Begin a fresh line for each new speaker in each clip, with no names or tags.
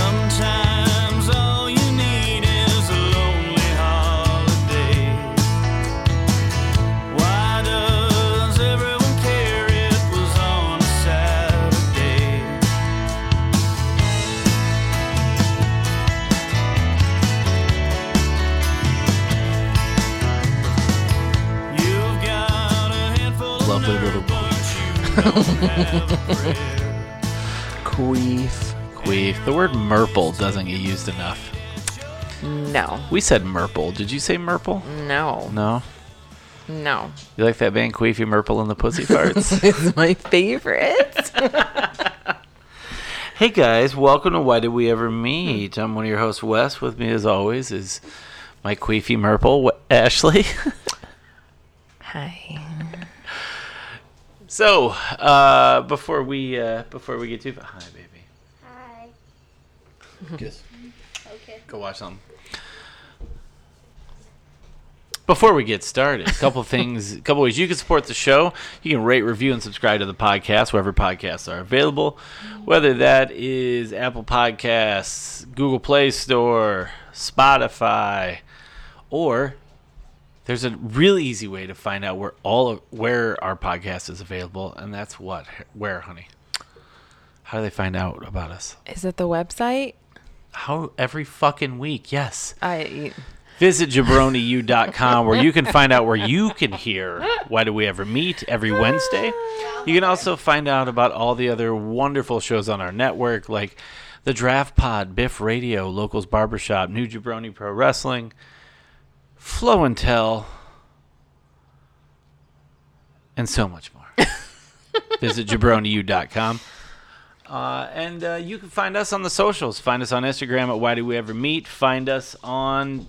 Sometimes all you need is a lonely holiday. Why does everyone care it was on a Saturday? You've got a handful of
Lovely
nerve,
little
but you don't have a prayer.
Queef. Queef. The word merple doesn't get used enough.
No,
We said merple. Did you say merple?
no,
No.
no.
You like that band Queefy Merple and the Pussy Farts?
It's my favorite.
hey guys, welcome to Why Did We Ever Meet? I'm one of your hosts, Wes. With me, as always, is my Queefy Merple, Wh- Ashley.
Hi.
so, uh, before we uh, before we get too far, hi baby,
Hi.
Kiss.
Okay.
Mm-hmm. go watch something. Before we get started, a couple things, a couple ways you can support the show. You can rate, review, and subscribe to the podcast wherever podcasts are available, whether that is Apple Podcasts, Google Play Store, Spotify, or there's a really easy way to find out where all of, where our podcast is available, and that's what where, honey. How do they find out about us?
Is it the website?
How every fucking week? Yes
I.
visit jabroniu.com where you can find out where you can hear why do we ever meet every wednesday you can also find out about all the other wonderful shows on our network like the draft pod biff radio locals barbershop new jabroni pro wrestling flow and tell and so much more visit jabroniu.com uh, and uh, you can find us on the socials. Find us on Instagram at Why Do We Ever Meet. Find us on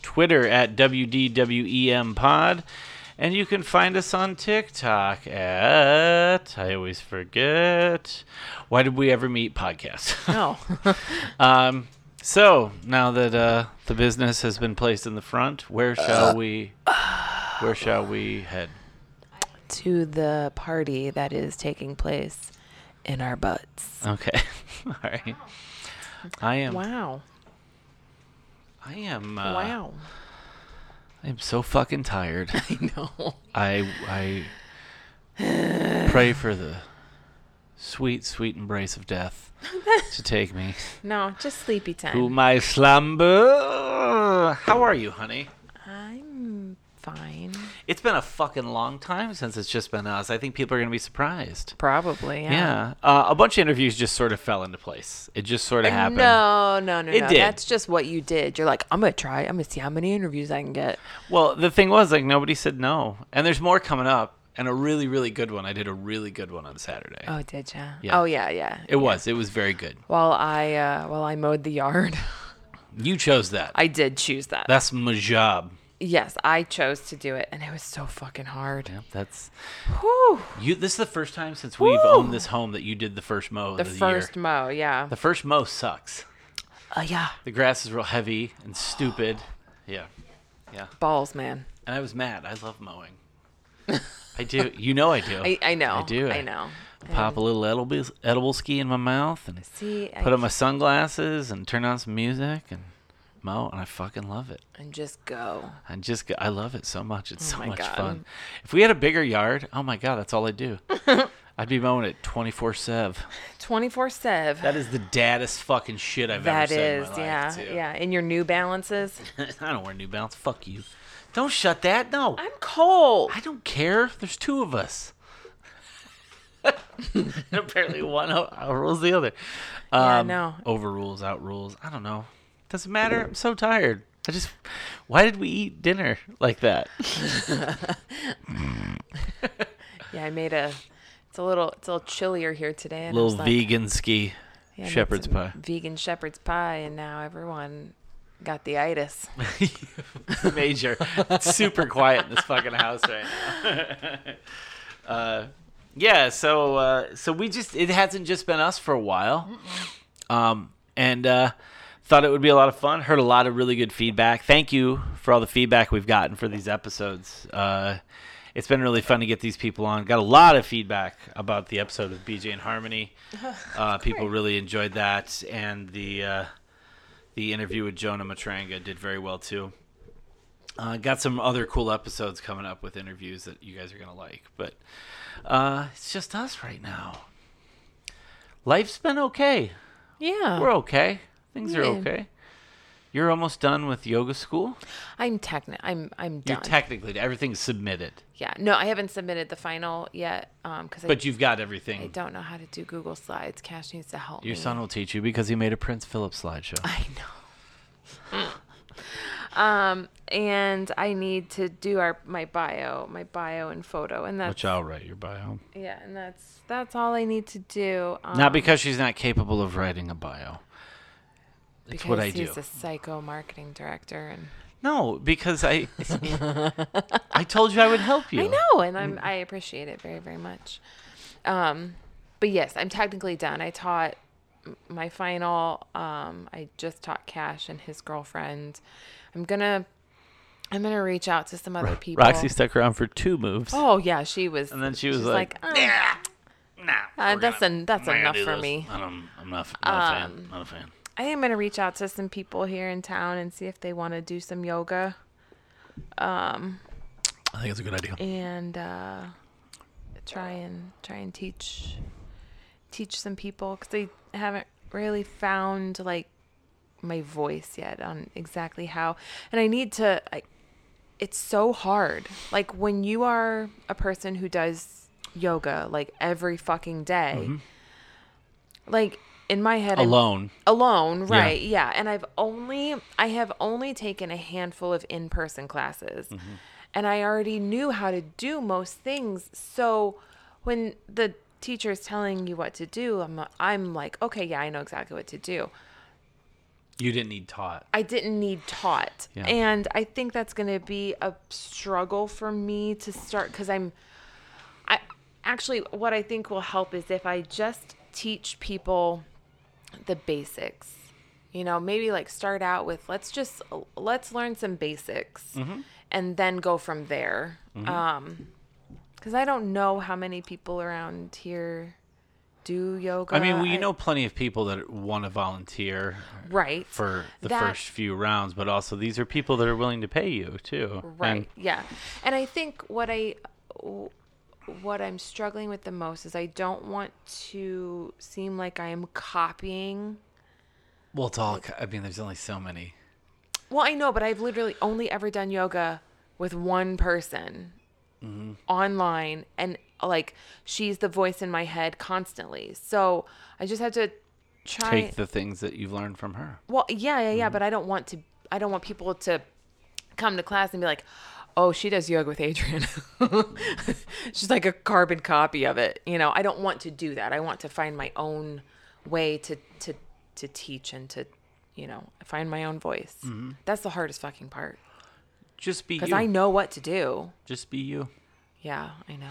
Twitter at WDWEM E Pod. And you can find us on TikTok at, I always forget, Why Did We Ever Meet Podcast.
No.
um, so now that uh, the business has been placed in the front, where shall we, where shall we head?
to the party that is taking place in our butts.
Okay. All right. I am,
Wow.
I am, uh,
Wow.
I'm so fucking tired.
I know.
I I pray for the sweet, sweet embrace of death to take me
No, just sleepy time.
to my slumber. How are you, honey?
I'm fine.
It's been a fucking long time since it's just been us. I think people are gonna be surprised.
Probably. Yeah.
Yeah, uh, a bunch of interviews just sort of fell into place. It just sort of happened.
No, no, no,
It
no.
did.
That's just what you did. You're like, I'm gonna try. I'm gonna see how many interviews I can get.
Well, the thing was, like, nobody said no, and there's more coming up, and a really, really good one. I did a really good one on Saturday.
Oh, did ya?
Yeah.
Oh, yeah, yeah.
it was. It was very good.
While I uh, while I mowed the yard,
You chose that.
I did choose that.
That's my job.
Yes, I chose to do it, and it was so fucking hard.
Yep, that's
Whew.
you. This is the first time since we've
Woo!
owned this home that you did the first mow
The
of the
first
year.
mow, yeah.
The first mow sucks.
Oh yeah,
The grass is real heavy and stupid. Yeah,
balls, man.
and I was mad. I love mowing. I do. You know I do.
I, I know.
I do.
I know.
Pop a little edible edible ski in my mouth and
See, I
put on my sunglasses and turn on some music and mow, and I fucking love it.
and just go.
I just I love it so much. It's so
Oh my
much
God.
fun. If we had a bigger yard, oh my god, that's all I would do. I'd be mowing it twenty four sev.
Twenty four seven.
That is the daddest fucking shit I've
That
ever said
is,
in my
yeah,
life. too.
yeah. And your New Balances.
I don't wear New Balance. Fuck you. Don't shut that. No.
I'm cold.
I don't care. There's two of us. and apparently one out- outrules the other. Um,
I know.
Overrules, outrules. I don't know. Doesn't matter. I'm so tired. I just. Why did we eat dinner like that?
Yeah, I made a. It's a little. It's a little chillier here today. And I was
Little
like,
vegan ski.
yeah, I made
shepherd's
some
pie.
Vegan shepherd's pie, and now everyone Got the itis.
major. It's super quiet in this fucking house right now. uh, yeah, so uh, so we just it hasn't just been us for a while, um, and uh, thought it would be a lot of fun. Heard a lot of really good feedback. Thank you for all the feedback we've gotten for these episodes. Uh, it's been really fun to get these people on. Got a lot of feedback about the episode of BJ and Harmony. Uh, people really enjoyed that, and the uh, the interview with Jonah Matranga did very well too. Uh, got some other cool episodes coming up with interviews that you guys are gonna like, but uh, it's just us right now. Life's been okay.
Yeah.
We're okay. Things are
Yeah.
okay. You're almost done with yoga school.
I'm techni I'm I'm done.
You're technically everything's submitted,
yeah. No, I haven't submitted the final yet um cuz I,
but you've got
I
everything.
don't know how to do Google Slides. Cash needs to help
Your
me.
son will teach Mm. you because he made a Prince Philip slideshow.
I know. um and I need to do our my bio, my bio and photo and that's
Which I'll write your bio.
yeah, and that's that's all I need to do. Um,
Not because she's not capable of writing a bio. It's
because
what I
he's
do.
a psycho marketing director and
No, because I I told you I would help you.
I know, and
Mm.
I'm I appreciate it very very much. Um, but yes, I'm technically done. I taught m- my final. Um, I just taught Cash and his girlfriend. I'm gonna I'm gonna reach out to some other people.
Roxy stuck around for two moves.
Oh yeah, she was.
And then she was
she's
like,
like, "Uh, uh, that's en- that's enough for me. Um,
I don't, I'm not, not a fan. Not a fan.
I am gonna reach out to some people here in town and see if they want to do some yoga
I think it's a good idea.
and uh, try and try and teach teach some people because I haven't really found like my voice yet on exactly how, and I need to. I, it's so hard. Like when you are a person who does yoga like every fucking day, like in my head I'm-
Alone.
alone right yeah. and i've only i have only taken a handful of in-person classes and i already knew how to do most things so when the teacher is telling you what to do i'm i'm like okay yeah i know exactly what to do
You didn't need taught.
I didn't need taught.
Yeah.
And I think that's going to be a struggle for me to start cuz I'm I actually what I think will help is if I just teach people the basics. You know, maybe like start out with let's just let's learn some basics
Mm-hmm.
and then go from there. Um cuz I don't know how many people around here do yoga.
I mean, we know plenty of people that want to volunteer
right
for the
That-
first few rounds, but also these are people that are willing to pay you too.
right
And
yeah and i think what i w- what i'm struggling with the most is i don't want to seem like i am copying
well, it's all. I mean, there's only so many.
well i know but i've literally only ever done yoga with one person online and like she's the voice in my head constantly so i just have to try
Take the things that you've learned from her.
Well, yeah, yeah, yeah, but I don't want to. I don't want people to come to class and be like, "Oh, she does yoga with Adrian." She's like a carbon copy of it. You know, I don't want to do that. I want to find my own way to to to teach and to, you know, find my own voice. That's the hardest fucking part
Just be
because
you.
I know what to do.
Just be you.
Yeah, I know,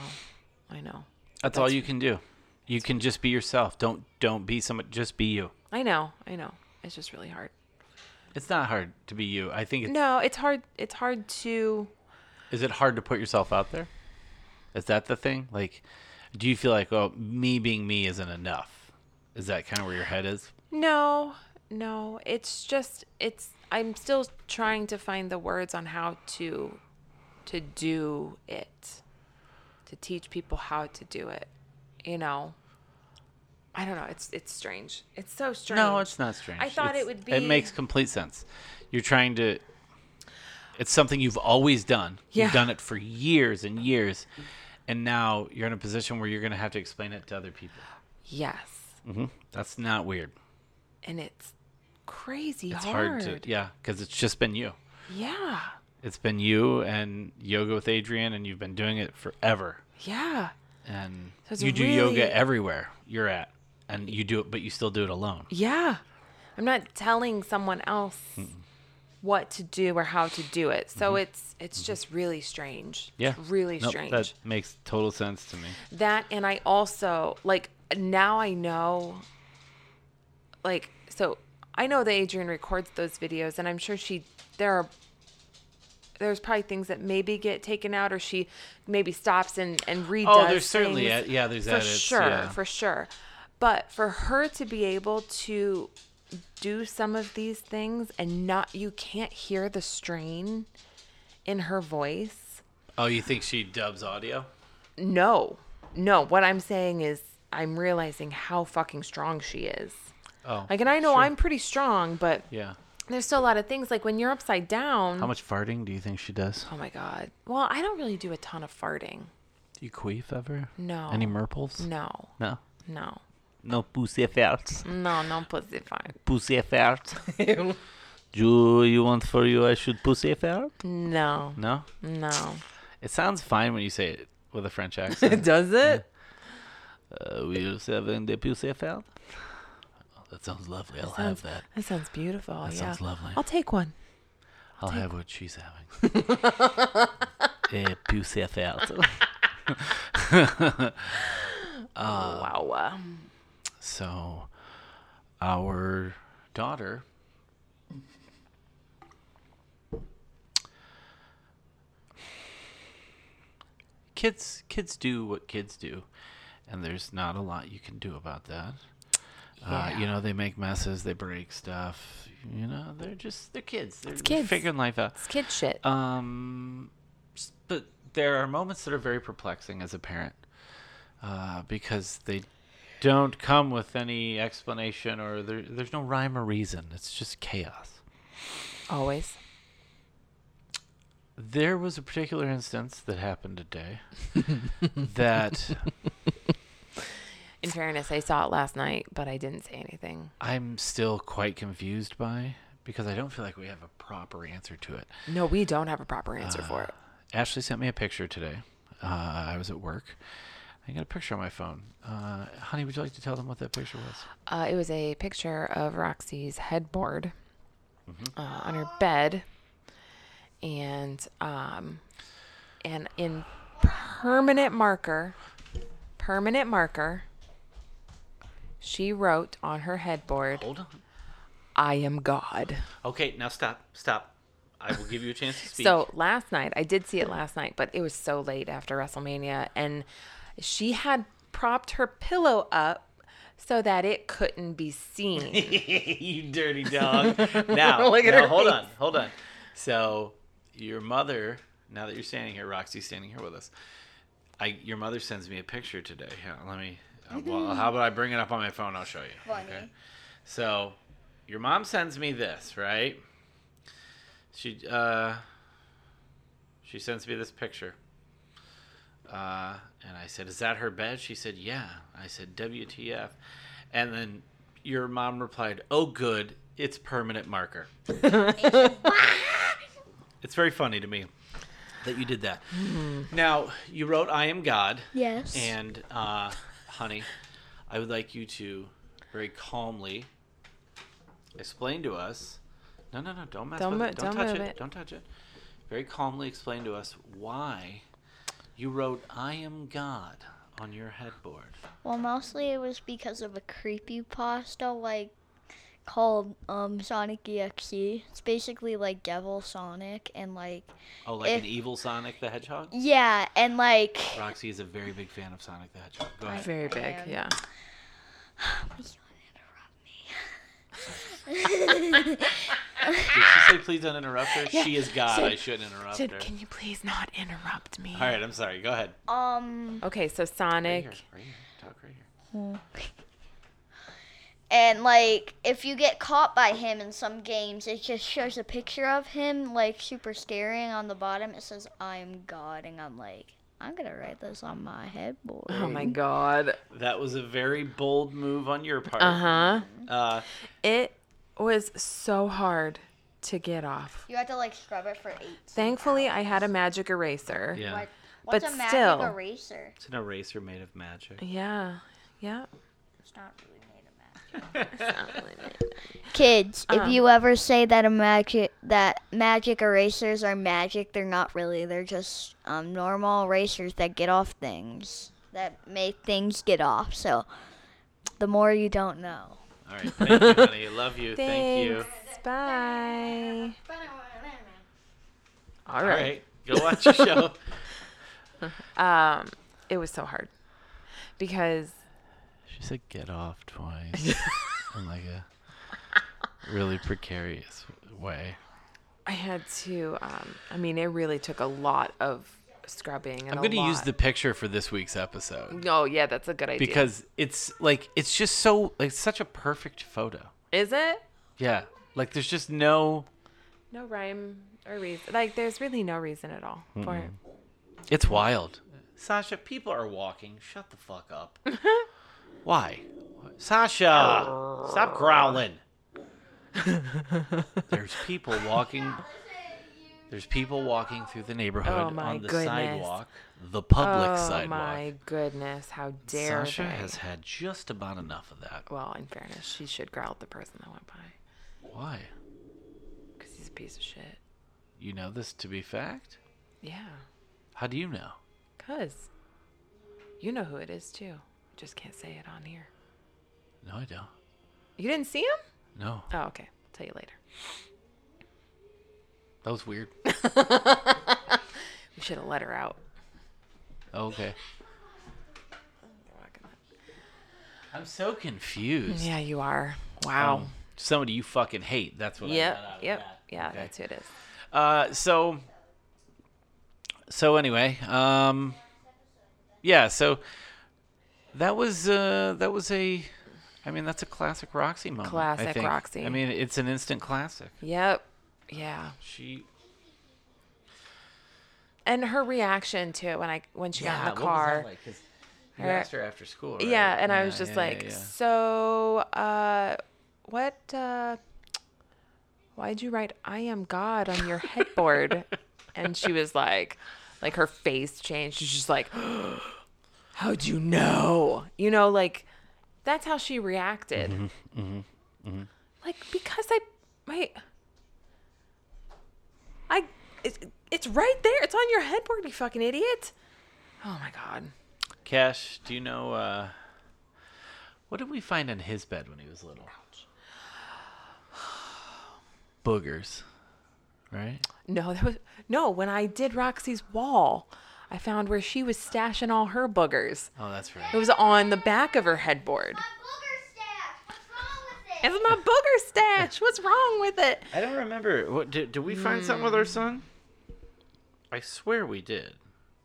I know,
That's, all you can do. You can just be yourself. Don't don't be someone. Just be you.
I know, I know. It's just really hard.
It's not hard to be you. I think it's
No, it's hard. It's hard to.
Is it hard to put yourself out there? Is that the thing? Like, do you feel like, oh, me being me isn't enough? Is that kind of where your head is?
No, no. It's just it's I'm still trying to find the words on how to to do it. To teach people how to do it. You know. I don't know. It's it's strange. It's so strange.
No, it's not strange.
I thought
It's-
it would be
It makes complete sense. You're trying to. It's something you've always done.
Yeah.
You've done it for years and years, and now you're in a position where you're going to have to explain it to other people.
Yes.
That's not weird.
And it's crazy
It's
hard.
hard, to, yeah, because it's just been you.
yeah.
It's been you and yoga with Adrian, and you've been doing it forever.
Yeah.
and
it's
you do
really-
yoga everywhere you're at and you do it but you still do it alone
Yeah. I'm not telling someone else what to do or how to do it. So it's it's just really strange.
Mm-hmm. Yeah.
It's really
Nope,
strange.
That makes total sense to me.
That and I also like now I know like so I know that Adrian records those videos and I'm sure she there are there's probably things that maybe get taken out or she maybe stops and and redoes.
Oh, there's certainly ed-
things
yeah, there's
for
edits,
sure
yeah.
for sure. But for her to be able to do some of these things and not you can't hear the strain in her voice
Oh, you think she dubs audio?
no, no. What I'm saying is, I'm realizing how fucking strong she is.
Oh,
Like, and I know
sure.
I'm pretty strong, but
Yeah.
there's still a lot of things. Like when you're upside down.
How much farting do you think she does?
oh my god. Well, I don't really do a ton of farting.
Do you queef ever?
No.
Any murples?
No, Mm.
No.
no,
No pussy farts.
no, no pussy fart.
Pussy fart. Do you want for you I should pussy fart?
Mm. No,
No.
no.
It sounds fine when you say it with a French accent.
Does it?
uh, we're serving the pussy fart. Oh, that sounds lovely. I'll have that.
That sounds beautiful. yeah.
sounds lovely.
I'll take one.
I'll have what she's having. a pussy fart.
wow. uh,
So, our daughter kids kids do what kids do, and there's not a lot you can do about that. Uh, you know, they make messes, they break stuff. You know, they're just they're kids. They're, they're
kids.
figuring life out.
It's kid shit.
Um, s- but there are moments that are very perplexing as a parent uh, because they don't come with any explanation or there, there's no rhyme or reason. It's just chaos.
Always.
There was a particular instance that happened today that
In fairness, I saw it last night, but I didn't say anything.
I'm still quite confused by because I don't feel like we have a proper answer to it.
No, we don't have a proper answer for it.
Ashley sent me a picture today. Uh, I was at work. I got a picture on my phone. Uh, honey, would you like to tell them what that picture was?
Uh, it was a picture of Roxy's headboard
Mm-hmm.
uh, on her bed, and um, and in permanent marker, permanent marker, she wrote on her headboard,
Hold on.
"I am God."
Okay, now stop, stop. I will give you a chance to speak.
So last night, I did see it last night, but it was so late after WrestleMania, and she had propped her pillow up so that it couldn't be seen.
you dirty dog. Now,
Look at
now,
her
hold
face.
on, hold on. So your mother, now that you're standing here, Roxy's standing here with us. I, your mother sends me a picture today. Here, let me. uh, well, how about I bring it up on my phone? I'll show you. Okay. So, your mom sends me this, right? She uh, she sends me this picture. Uh, and I said, "Is that her bed?" She said, "Yeah." I said, "WTF?" And then your mom replied, "Oh, good, it's permanent marker." it's very funny to me that you did that. Now you wrote, "I am God."
Yes.
And uh, honey, I would like you to very calmly explain to us. No, no, no! Don't mess
Don't
with
mo-
it. Don't,
don't
touch
move
it.
it.
Don't touch it. Very calmly explain to us why you wrote "I am God" on your headboard.
Well, mostly it was because of a creepy pasta like called um, Sonic EXE. It's basically like Devil Sonic and like
Oh, like an
If-
evil Sonic the Hedgehog.
yeah, and like
Roxy is a very big fan of Sonic the Hedgehog. Go ahead.
Very big,
And-
yeah.
Did she say please don't interrupt her? She is God. I shouldn't interrupt her.
Can you please not interrupt me?
All right, I'm sorry. Go ahead.
um
Okay, so
Here,
Sonic.
right here. Talk right here.
and like if you get caught by him in some games, it just shows a picture of him like super scary and on the bottom it says I am God and I'm like I'm going to write this on my headboard.
Oh my god.
That was a very bold move on your part.
Uh huh.
Uh,
It was so hard to get off.
You have to like scrub it for 8.
Thankfully, I had a magic eraser.
yeah.
What, what's
But
a magic
still.
eraser?
It's an eraser made of magic.
Yeah. Yeah.
It's not really made of magic. Kids, if you ever say that a magic that magic erasers are magic, they're not really. They're just um, normal erasers that get off things that make things get off. So, the more you don't know.
All right. Thank you, honey. Love you. Thank you.
Thanks. Bye.
All right. Go watch your show.
Um, it was so hard because
She said get off twice in like a really precarious way.
I had to. Um, I mean, it really took a lot of scrubbing. And
I'm going
going to
to use the picture for this week's episode
No, yeah, that's a good idea.
because it's like it's just so like such a perfect photo.
is it
Yeah. Like there's just no
no rhyme or reason? Like, there's really no reason at all for it.
it's wild. Sasha, people are walking. Shut the fuck up. Why? Sasha, stop growling. There's people walking There's people walking through the neighborhood
Oh, my
on the
goodness.
sidewalk, the public
oh
sidewalk.
my goodness, how dare
Sasha
they?
has had just about enough of that.
well, in fairness, she should growl at the person that went by
Why?
because he's a piece of shit.
You know this to be fact?
Yeah,
How do you know?
cause you know who it is too. Just can't say it on here.
No, I don't.
You didn't see him?
No.
Oh, okay. tell you later.
That was weird.
We should have let her out.
Okay. I'm so confused.
Yeah, you are. Wow.
Um, somebody you fucking hate. That's what I
yep.
got out of
Yep.
that.
Yeah,
Okay.
that's who it is.
Uh, so, so anyway, um, yeah. So that was uh, that was a. I mean, that's a classic Roxy moment. I
Classic
think.
Roxy.
I mean, it's an instant classic.
Yep. Yeah.
She.
And her reaction to it when I when she got in
what
the
was that
car.
like? 'Cause you
Her-
asked her after school. Right?
Yeah, and I was just
yeah,
like,
yeah.
"So, uh what uh why'd you write I am God on your headboard?" and she was like like her face changed. She's just like, "How'd you know?" You know, like that's how she reacted.
Mm-hmm,
Like because I my I it, it's right there. It's on your headboard, you fucking idiot. Oh my god.
Cash, do you know uh, what did we find on his bed when he was little? Boogers, right?
No, that was no. When I did Roxy's wall, I found where she was stashing all her boogers.
Oh, that's
It
right.
was on the back of her headboard. It's my booger stash. What's wrong with it?
I don't remember. What did, did we find something with
Hmm.
our son? I swear we did.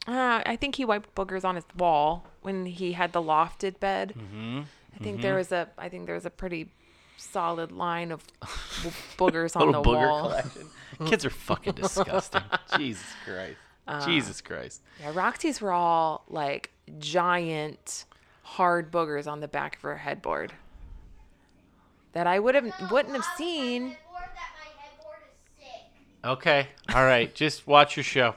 Uh, I think he wiped boogers on his wall when he had the lofted bed. Mm-hmm. I think there was a. I think there was a pretty solid line of w- boogers on the
Little booger
wall.
collection. Kids are fucking disgusting. Jesus Christ.
Uh,
Jesus Christ.
Yeah, Roxy's were all like giant, hard boogers on the back of her headboard that I would have wouldn't have seen.
Okay. All right. Just watch your show.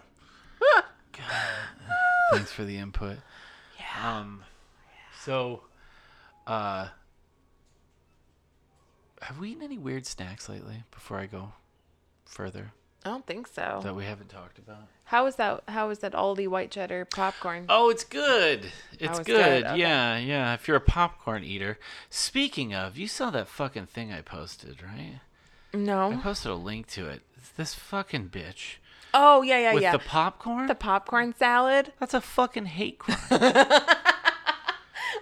God, Thanks for the input. Yeah. Um, so, uh, have we eaten any weird snacks lately before I go further
I don't think so.
that we haven't talked about?
How is that? How is that Aldi white cheddar popcorn?
Oh, it's good. It's
it's
good.
good, okay.
Yeah, yeah. If you're a popcorn eater. Speaking of, you saw that fucking thing I posted, right? I
no.
posted a link to it. It's this fucking bitch
Oh yeah, yeah,
with
yeah.
the popcorn.
the popcorn salad.
That's a fucking hate crime.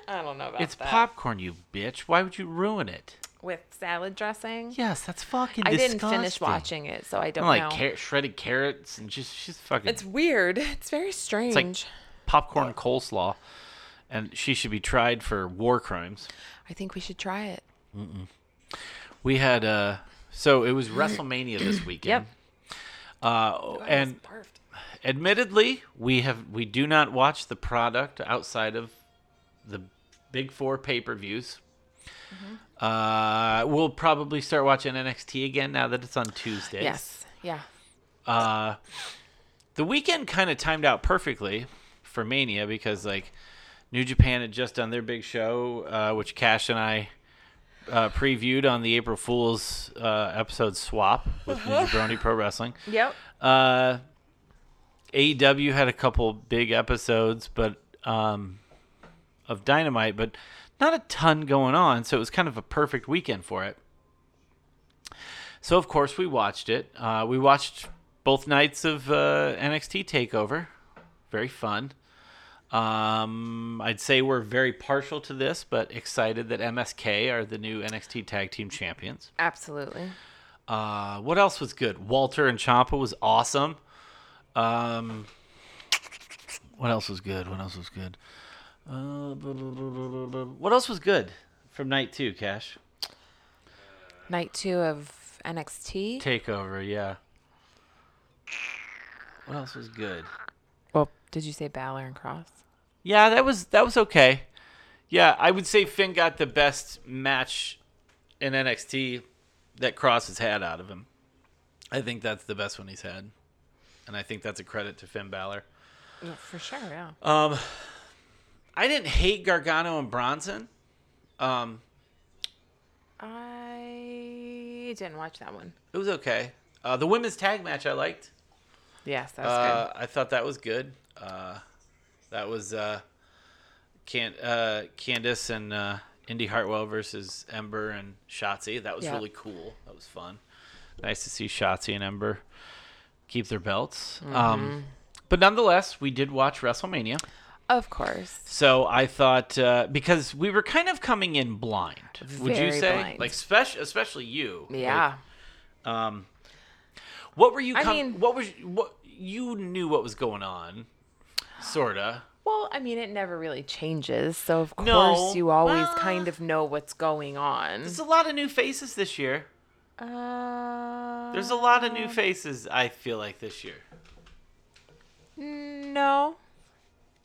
I don't know about
It's
that.
popcorn, you bitch. Why would you ruin it?
with salad dressing.
Yes, that's fucking
I
disgusting.
didn't finish watching it, so I don't
And, like
know.
car- shredded carrots and just she's fucking
It's weird. It's very strange.
popcorn coleslaw, and she should be tried for war crimes.
I think we should try it.
We had uh, so it was WrestleMania this weekend. Yep.
Oh,
Uh, and admittedly, we have we do not watch the product outside of the big four pay per views.
Mm-hmm.
Uh, we'll probably start watching NXT again now that it's on Tuesdays.
Yes. Yeah.
Uh, the weekend kind of timed out perfectly for Mania because like New Japan had just done their big show, uh, which Cash and I uh, previewed on the April Fool's uh, episode swap with New Jabroni Pro Wrestling.
Yep.
Uh, AEW had a couple big episodes, but um, of Dynamite, but not a ton going on. So it was kind of a perfect weekend for it. So of course we watched it. Uh, we watched both nights of uh, NXT Takeover. Very fun. Um, I'd say we're very partial to this, but excited that MSK are the new NXT Tag Team Champions.
Absolutely.
Uh, what else was good? Walter and Champa was awesome. Um, what else was good? What else was good? Uh, blah, blah, blah, blah, blah, blah. what else was good from night two? Cash
Night two of NXT.
takeover, yeah. What else was good?
Well, did you say Balor and Cross?
Yeah, that was that was okay. Yeah, I would say Finn got the best match in NXT that Cross has had out of him. I think that's the best one he's had, and I think that's a credit to Finn Balor.
Yeah, for sure. Yeah.
I didn't hate Gargano and Bronson. Um,
I didn't watch that one.
it was okay. Uh, the women's tag match I liked.
Yes, that was
Uh, I thought that was good. Uh, that was uh, Can- uh, Candice and uh, Indy Hartwell versus Ember and Shotzi. That was
Yeah.
really cool. That was fun. Nice to see Shotzi and Ember keep their belts.
Mm-hmm.
Um, but nonetheless, we did watch WrestleMania.
good. Of course.
So I thought uh, because we were kind of coming in blind, would you
Very
say?
blind.
Like spec- especially you. like,
Yeah.
what were you?
I
com-
mean-
what was what you knew what was going on, sorta.
Well, I mean, it never really changes. So, of course,
No. Ah.
you always
Well-
kind of know what's going on.
There's a lot of new faces this year.
Uh,
There's a lot of new faces. I feel like this year
no.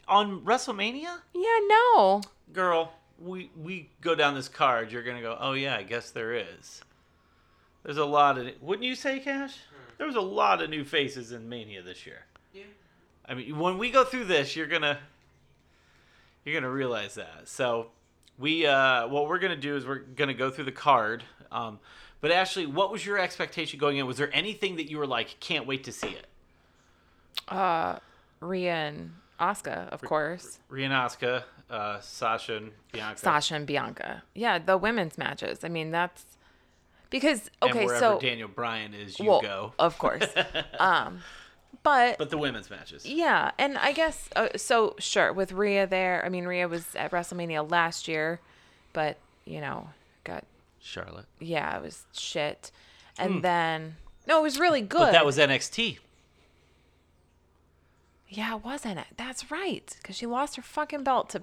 on WrestleMania,
Yeah, no.
girl. We we go down this card. You're gonna go. Oh yeah, I guess there is. There's a lot of. Wouldn't you say, Cash? There was a lot of new faces in Mania this year. I mean, when we go through this, you're gonna you're gonna realize that. So we uh, what we're gonna do is we're gonna go through the card. Um, but Ashley, what was your expectation going in? Was there anything that you were like, can't wait to see it?
Rhea and Asuka, of course.
Rhea and Asuka, uh, Sasha and Bianca.
Sasha and Bianca. Yeah, the women's matches. I mean, that's because
And
okay,
wherever
so
Daniel Bryan is, you
well,
go.
of course. um, but
But the women's matches.
Yeah, and I guess uh, so. Sure, with Rhea there. I mean, Rhea was at WrestleMania last year, but you know, got
Charlotte.
yeah, it was shit. And then no, it was really good.
Hmm. But that was NXT.
yeah, it wasn't it? That's right, because she lost her fucking belt to.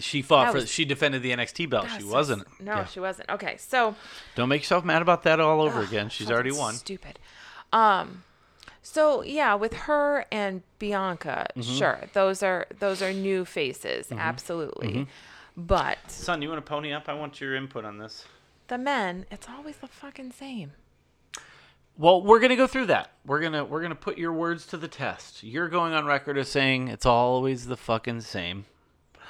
She fought
That
for.
was-
she defended the NXT belt.
Ah,
she
so-
wasn't.
No,
Yeah.
she wasn't. Okay, so
Don't make yourself mad about that all over again. She's
Fucking
already won.
Stupid. Um, so yeah, with her and Bianca,
Mm-hmm.
sure, those are those are new faces, absolutely.
Mm-hmm.
But
Son, you want to pony up? I want your input on this.
the men, it's always the fucking same.
Well, we're gonna go through that. We're gonna we're gonna put your words to the test. You're going on record as saying it's always the fucking same.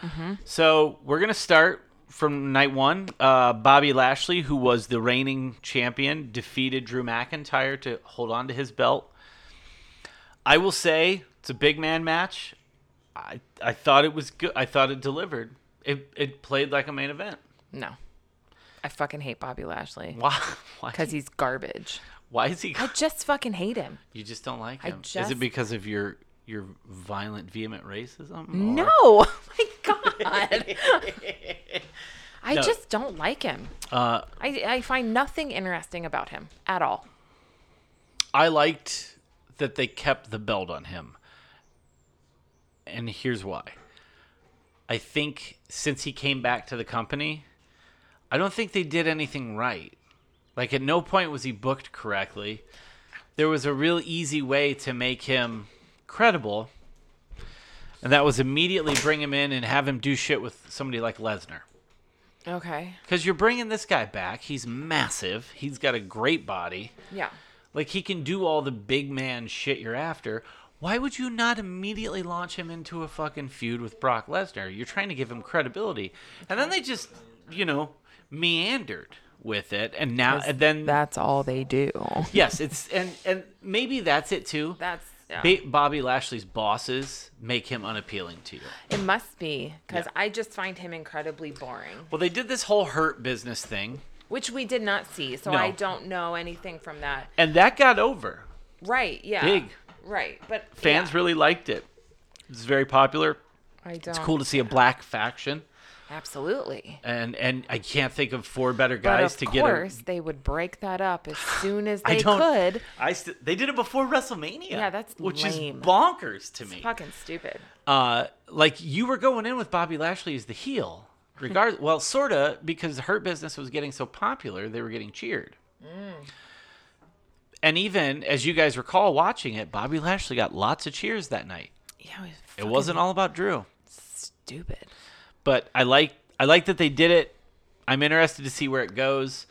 Mm-hmm.
So we're gonna start from night one. Uh, Bobby Lashley, who was the reigning champion, defeated Drew McIntyre to hold on to his belt. I will say it's a big man match. I I thought it was good. I thought it delivered. It it played like a main event.
No, I fucking hate Bobby Lashley
Why? Why?
because he's garbage.
Why is he?
I just fucking hate him.
You just don't like
I
him. Is
just-
it because of your your violent, vehement racism? or-
No, oh my god, I
No.
just don't like him.
Uh,
I I find nothing interesting about him at all.
I liked that they kept the belt on him, and here's why. I think since he came back to the company, I don't think they did anything right. Like at no point was he booked correctly. There was a real easy way to make him credible, and that was immediately bring him in and have him do shit with somebody like Lesnar.
Okay,
Because you're bringing this guy back. He's massive. He's got a great body.
yeah.
Like, he can do all the big man shit you're after. Why would you not immediately launch him into a fucking feud with Brock Lesnar? You're trying to give him credibility. And then they just, you know, meandered with it, and now and Uh, then
That's all they do.
yes, it's and and maybe that's it too.
That's yeah.
Ba- Bobby Lashley's bosses make him unappealing to you.
it must be because
Yeah.
I just find him incredibly boring,
Well, they did this whole hurt business thing,
which we did not see, so
No.
I don't know anything from that.
and that got over.
Right? Yeah.
Big.
Right, but
Fans
yeah,
really liked it. It's very popular.
I don't.
It's cool to see a black faction,
Absolutely.
and and I can't think of four better
But
guys
of
to get. A,
course, they would break that up as soon as
I
they
don't.
could.
I st- they did it before WrestleMania.
Yeah, that's
which
lame.
is bonkers to me.
Fucking stupid.
Uh, like you were going in with Bobby Lashley as the heel, regard well, sorta because Hurt Business was getting so popular, they were getting cheered.
Mm.
And even as you guys recall watching it, Bobby Lashley got lots of cheers that night.
Yeah, it was
It wasn't all about Drew,
stupid.
but I like I like that they did it. I'm interested to see where it goes.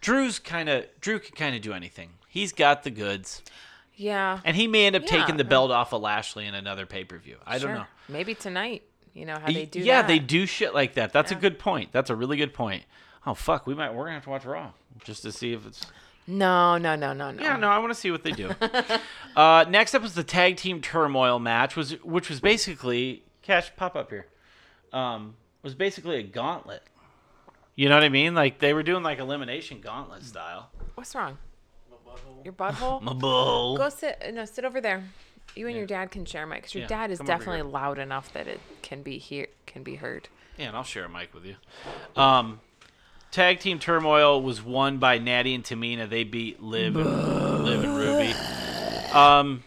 Drew's kind of Drew can kind of do anything. He's got the goods,
Yeah.
and he may end up taking
Yeah.
the belt off of Lashley in another pay per view. I
sure.
don't know.
Maybe tonight. You know how they
Y-
do
yeah
that.
they do shit like that that's a good point that's a really good point oh fuck we might we're gonna have to watch raw just to see if it's
No, no, no, no, no.
yeah no i want to see what they do uh next up was the tag team turmoil match was which was basically cash pop up here um was basically a gauntlet you know what i mean like they were doing like elimination gauntlet style
What's wrong? Your butthole?
my bull
Go sit. No, sit over there. You and your dad can share a mic 'cause your
Yeah,
dad is
come over
definitely
here.
loud enough that it can be hear can be heard.
Yeah, and I'll share a mic with you. Um, tag team turmoil was won by Natty and Tamina. They beat Liv, and, Liv and Ruby. Um,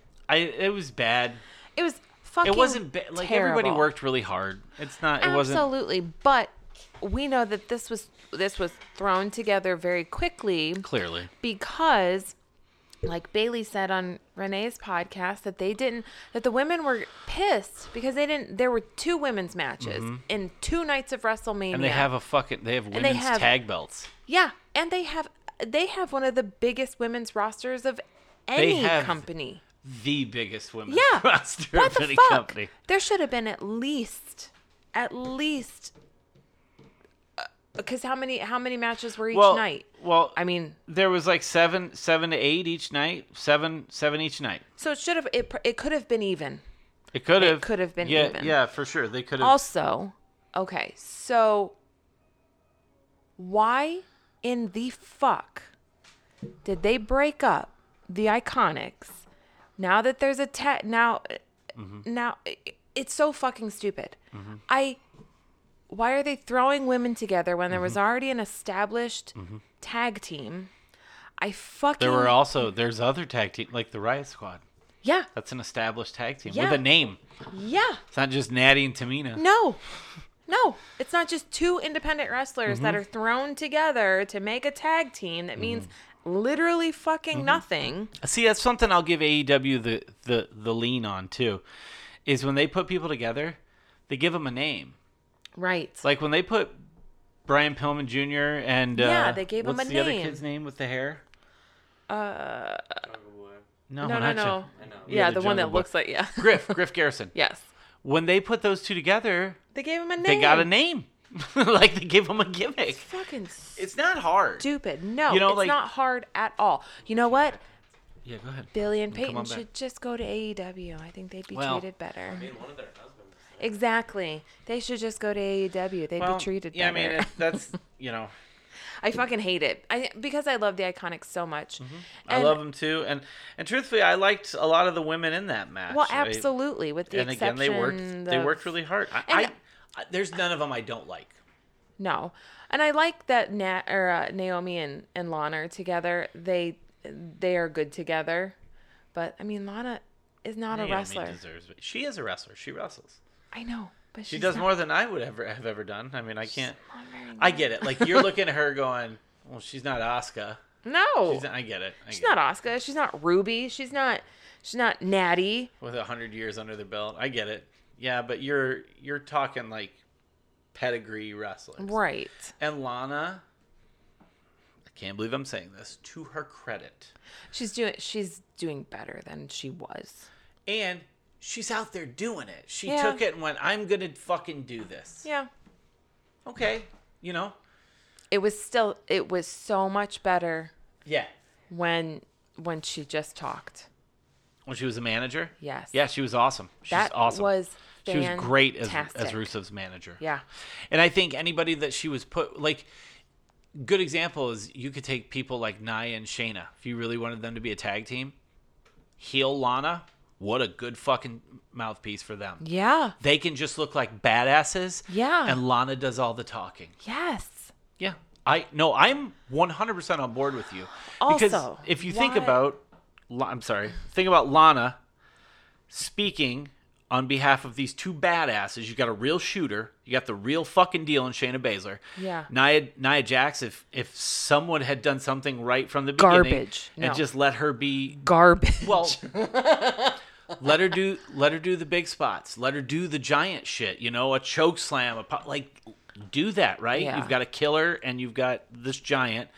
I it was bad.
It was fucking.
It wasn't ba- like everybody
terrible.
worked really hard. It's not. It wasn't.
Absolutely, but we know that this was this was thrown together very quickly
Clearly,
because like Bailey said on Renee's podcast that they didn't that the women were pissed because they didn't there were two women's matches in two nights of WrestleMania.
Mm-hmm. and they have a fucking. They have
they
women's
have-
tag belts.
Yeah, and they have they have one of the biggest women's rosters of any
have-
company.
The biggest women's
Yeah.
roster
What
of
the
any
fuck?
company.
There should have been at least at least because how many how many matches were each
well,
night?
well,
I mean,
there was like seven, seven to eight each night. Seven, seven each night.
so it should have it pr- it could have been even.
It could have.
could have been
Yeah,
even.
yeah, for sure. They could have.
Also, okay, so why in the fuck did they break up the Iconics now that there's a ta- now now i- it's so fucking stupid. I why are they throwing women together when there was already an established tag team? I fucking
There were also there's other tag team like the Riot Squad.
yeah
That's an established tag team
Yeah.
with a name.
yeah
It's not just Natty and Tamina.
No. No. It's not just two independent wrestlers that
Mm-hmm.
are thrown together to make a tag team that means
Mm-hmm.
literally fucking nothing.
See, that's something I'll give AEW the the the lean on too, is when they put people together, they give them a name.
Right.
Like when they put Brian Pillman Jr. and uh,
Yeah, they gave 'em
what's
a
the other
name.
kid's name with the hair?
Uh,
No,
no, no,
not
no.
you.
Yeah,
the
the one
Jungle
that
Boy.
looks like, yeah.
Griff Griff Garrison.
yes.
When they put those two together,
They gave him a name.
they got a name. like they gave them a gimmick.
Fucking
It's not hard.
stupid. No,
You know,
it's
like-
not hard at all. You know what?
Yeah, go ahead.
Billy and
Come
Peyton
on back.
should just go to AEW. I think they'd be
Well,
treated better. Exactly. They should just go to AEW. They'd be treated
yeah,
better.
I mean, it, that's you know,
I fucking hate it. I because I love the Iconics so much.
Mm-hmm. I love them too, and and truthfully, I liked a lot of the women in that match.
Well,
I-
absolutely, with the
and again,
exception
they worked. They
of-
worked really hard. I, I,
And-
I there's none of them I don't like.
No, and I like that Nat or uh, Naomi and and Lana are together. They they are good together, but I mean Lana is not a
Naomi
wrestler.
deserves it. She is a wrestler. She wrestles.
I know, but
She
she's
does
not-
more than I would ever have ever done. I mean, I can't.
not very
I get it. Like you're looking at her going, "Well, she's not Asuka."
No,
She's not, I get it. I
she's
get
not Oscar. She's not Ruby. She's not. She's not Natty.
it. with a hundred years under their belt. I get it. Yeah, but you're you're talking like pedigree wrestlers.
Right.
And Lana, I can't believe I'm saying this, to her credit.
She's doing. She's doing better than she was.
And she's out there doing it. She
Yeah.
took it and went, I'm going to fucking do this.
Yeah.
okay, you know,
It was still it was so much better
yeah.
when when she just talked.
When she was a manager,
Yes.
yeah, she was awesome. She's
That
awesome.
was
she was great as as
fantastic.
Rusev's manager.
Yeah.
And I think anybody that she was put like good example is you could take people like Nia and Shayna if you really wanted them to be a tag team. Heel Lana, what a good fucking mouthpiece for them.
Yeah.
They can just look like badasses.
Yeah.
And Lana does all the talking.
Yes.
Yeah. I no, I'm 100% on board with you. because
Also,
if you think
why-
about La- I'm sorry. Think about Lana speaking on behalf of these two badasses. You got a real shooter, you got the real fucking deal in Shayna Baszler.
Yeah.
Nia Nia Jax if if someone had done something right from the beginning
Garbage.
and
No.
just let her be
Garbage.
well, let her do let her do the big spots. Let her do the giant shit. You know, a choke slam, a po- like do that right.
Yeah.
You've got a killer and you've got this giant.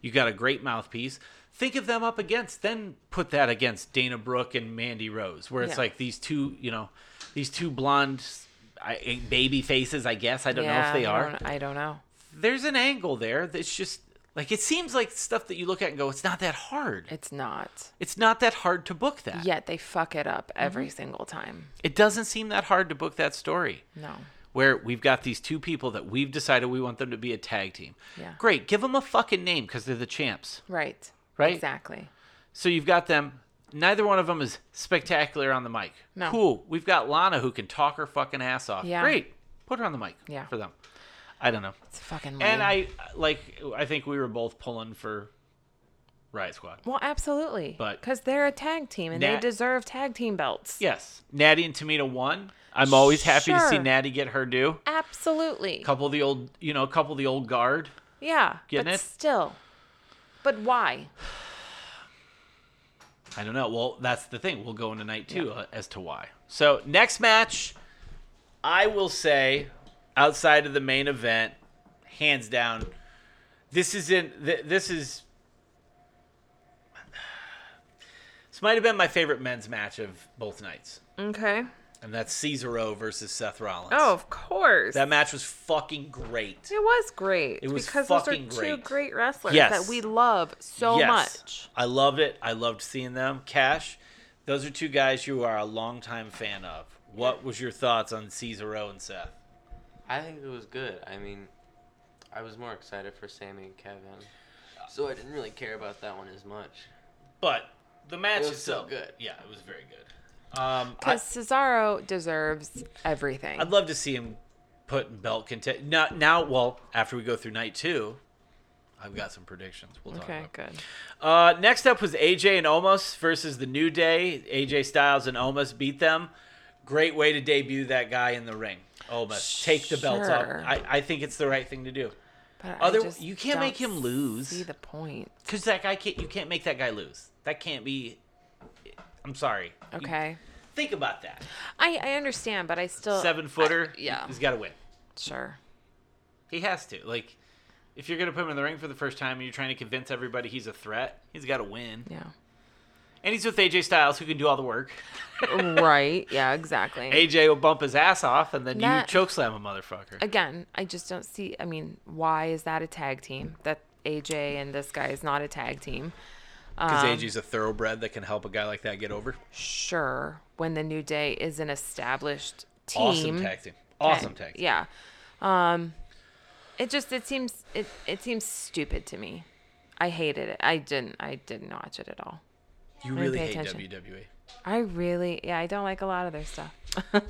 You've got a great mouthpiece. Think of them up against. Then put that against Dana Brooke and Mandy Rose, where it's
Yeah.
like these two. You know, these two blonde. I, eh, baby faces, I guess. I don't know if they
I
are.
don't- I don't know.
There's an angle there that's just like it seems like stuff that you look at and go, it's not that hard.
It's not.
It's not that hard to book that.
Yet they fuck it up
Mm-hmm.
every single time.
It doesn't seem that hard to book that story
No.
where we've got these two people that we've decided we want them to be a tag team.
Yeah.
Great. Give them a fucking name because they're the champs.
Right.
Right?
Exactly.
So you've got them. Neither one of them is spectacular on the mic.
No.
Cool. We've got Lana who can talk her fucking ass off.
Yeah.
Great. Put her on the mic
Yeah.
for them. I don't know.
It's fucking. Lame.
And I like I think we were both pulling for Riot Squad.
Well, absolutely.
But-
because they're a tag team and
Nat-
they deserve tag team belts.
Yes. Natty and Tamina won. I'm always happy to see
Sure.
Natty get her due.
Absolutely.
Couple of the old, you know, a couple of the old guard.
yeah.
Getting
but
it?
still. But why?
I don't know. Well, that's the thing. We'll go into night two uh, as to why. So next match, I will say, outside of the main event, hands down, this is in. Th- this is. This might have been my favorite men's match of both nights,
Okay.
and that's Cesaro versus Seth Rollins.
Oh, of course.
that match was fucking great.
it was great.
It was
because
fucking
those are two
great.
great wrestlers
Yes.
that we love so
Yes.
much.
I loved it. I loved seeing them. Cash, those are two guys you are a longtime fan of. What was your thoughts on Cesaro and Seth?
I think it was good. I mean, I was more excited for Sammy and Kevin, so I didn't really care about that one as much.
But the match
It was
itself,
still good.
Yeah, it was very good. Um, I,
Because Cesaro deserves everything.
I'd love to see him put in belt contest. Now, now, well, after we go through night two, I've got some predictions. We'll talk
okay.
about.
Good.
Uh, next up was AJ and Omos versus the New Day. AJ Styles and Omos beat them. Great way to debut that guy in the ring. Omos, take the belt up.
Sure.
I, I think it's the right thing to do
But
Other-
I just
you can't
don't
make him lose.
See the point?
because that guy can't. You can't make that guy lose. That can't be. I'm sorry. You-
Okay.
think about that.
I I understand, but I still
Seven footer.
I- yeah.
he's got to win.
Sure.
He has to. Like, if you're gonna put him in the ring for the first time and you're trying to convince everybody he's a threat, he's got to win.
Yeah.
And he's with AJ Styles, who can do all the work.
right. Yeah. Exactly.
AJ will bump his ass off, and then
That-
you chokeslam a motherfucker.
again, I just don't see. I mean, why is that a tag team? That AJ and this guy is not a tag team.
Because
Um,
AJ's a thoroughbred that can help a guy like that get over.
Sure, when the New Day is an established team.
Awesome tag team. Awesome tag team.
Yeah. Um, it just it seems it it seems stupid to me. I hated it. I didn't. I didn't watch it at all.
You really
pay
hate E.
attention.
WWE.
I really. Yeah, I don't like a lot of their stuff.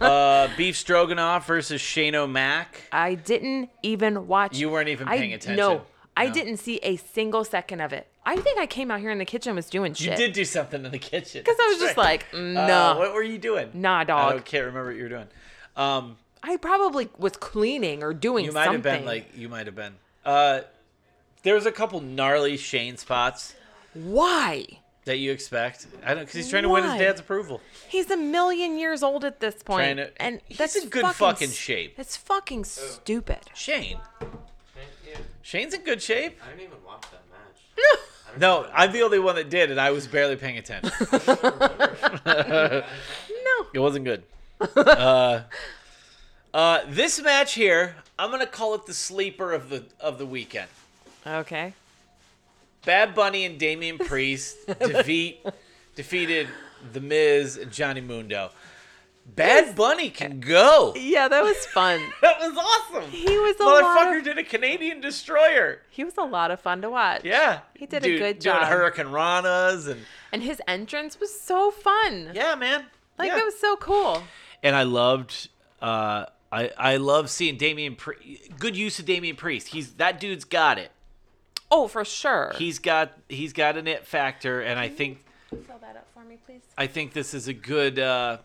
Uh, Beef Stroganoff versus Shane O'Mac.
I didn't even watch.
You weren't even paying
I,
attention.
No, I
No.
didn't see a single second of it. I think I came out here in the kitchen and was doing shit.
You did do something in the kitchen.
Because I was
That's
just
right.
like,
Uh,
no.
what were you doing?
Nah,
I
dog.
don't- can't remember what you were doing. Um,
I probably was cleaning or doing
you might
something.
have been like, you might have been. Uh, there was a couple gnarly Shane spots
why?
that you expect. I don't because he's trying to win his
Why?
dad's approval.
He's a million years old at this
Trying
point,
to-
and
he's
that's
in good
fucking,
fucking
s-
shape.
That's fucking stupid.
Shane,
Yeah,
Shane's in good shape.
I didn't even watch that match.
No, I'm the only one that did, and I was barely paying attention.
No,
It wasn't good. Uh, Uh, this match here, I'm gonna call it the sleeper of the of the weekend.
Okay.
Bad Bunny and Damian Priest defeat defeated The Miz and Johnny Mundo. Bad Bunny can go.
Yeah, that was fun.
That was awesome.
He was a lot
Motherfucker
of,
did a Canadian destroyer.
he was a lot of fun to watch.
Yeah.
He did a
Dude,
good
Doing
job.
Hurricane Ranas and
And his entrance was so fun.
yeah, man.
Like
yeah.
that was so cool.
and I loved uh I I love seeing Damian Pri- good use of Damian Priest. He's that dude's got it.
Oh, for sure.
He's got he's got an it factor and I think
Fill that up for me, please.
I think this is a good uh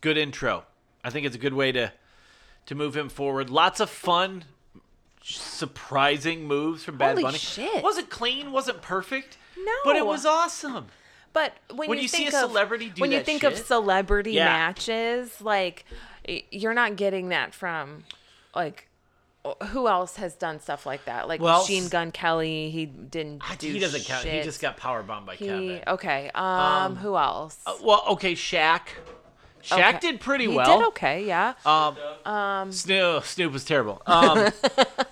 good intro. I think it's a good way to to move him forward. Lots of fun surprising moves from Bad
Holy
Bunny.
shit.
Wasn't clean, wasn't perfect.
No.
But it was awesome.
But when,
When
you,
you see
think
a
of-
celebrity do
when you
that
think of
shit-
celebrity
Yeah.
matches, like y- you're not getting that from like who else has done stuff like that? Like
Well, Ah,
Machine Gun Kelly, he didn't do
he doesn't count. He
shit.
just got power bombed by
He-
Kevin.
okay. Um, who else?
Uh, Well, okay, Shaq. Shaq
Okay.
did pretty
he
well. Uh,
did okay, yeah.
Snoop, Snoop was terrible. Um,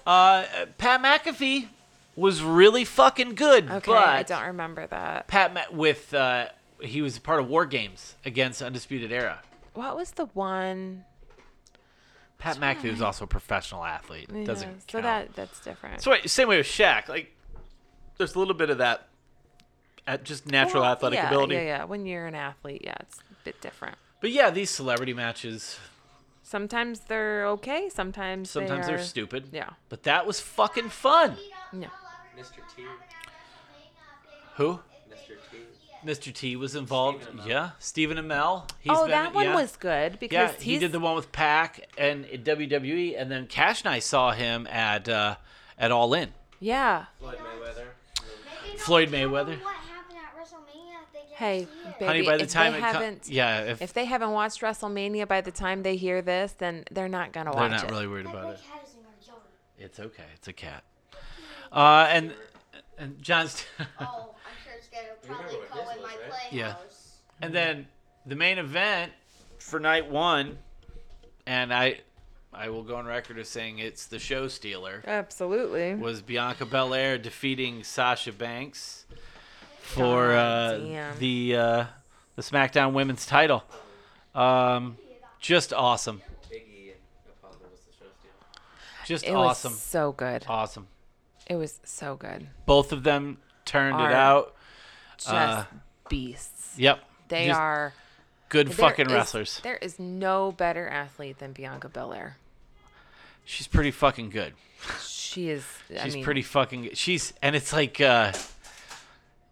uh, Pat McAfee was really fucking good,
okay,
but
I don't remember that.
Pat Ma- with uh, he was part of War Games against Undisputed Era.
What was the one?
Pat McAfee was also a professional athlete. Doesn't
Yeah,
count.
so that that's different.
So wait, same way with Shaq. Like, there's a little bit of that, at just natural
Well,
athletic
yeah,
ability.
Yeah, yeah. When you're an athlete, yeah, it's a bit different.
But yeah, these celebrity matches
Sometimes they're okay. Sometimes
sometimes
they
they
are,
are stupid.
Yeah.
But that was fucking fun.
No.
Mr. T.
Who?
Mr. T.
Mr. T was involved. yeah, Stephen Amell. He's
oh,
been-
that one
yeah.
was good
Yeah,
because
he did the one with Pac and WWE, and then Cash and I saw him at uh, at All In.
Yeah.
Floyd Mayweather.
Floyd Mayweather.
Hey, baby,
Honey, by the
if
time
they
it
haven't,
comes, yeah, if,
if they haven't watched WrestleMania by the time they hear this, then they're not gonna
they're
watch
not
it.
really worried about it, it's okay. It's a cat. Uh, and and John's
Oh, I'm sure it's gonna probably
what
go
his
in
was,
my
right?
Yeah.
playhouse.
and then the main event for night one, and I I will go on record as saying it's the show stealer.
Absolutely.
was Bianca Belair defeating Sasha Banks for uh,
damn.
the uh, the SmackDown Women's Title. Um, just awesome,
Biggie and Apollo was the show stealer.
just
It
awesome,
was so good.
awesome.
It was so good.
Both of them turned
Are-
it out.
Just
Uh,
beasts.
Yep,
They
Just
are
good
there
fucking
is-
wrestlers.
There is no better athlete than Bianca Belair.
She's pretty fucking good.
She is. I
She's
mean,
pretty fucking. She's and it's like, uh,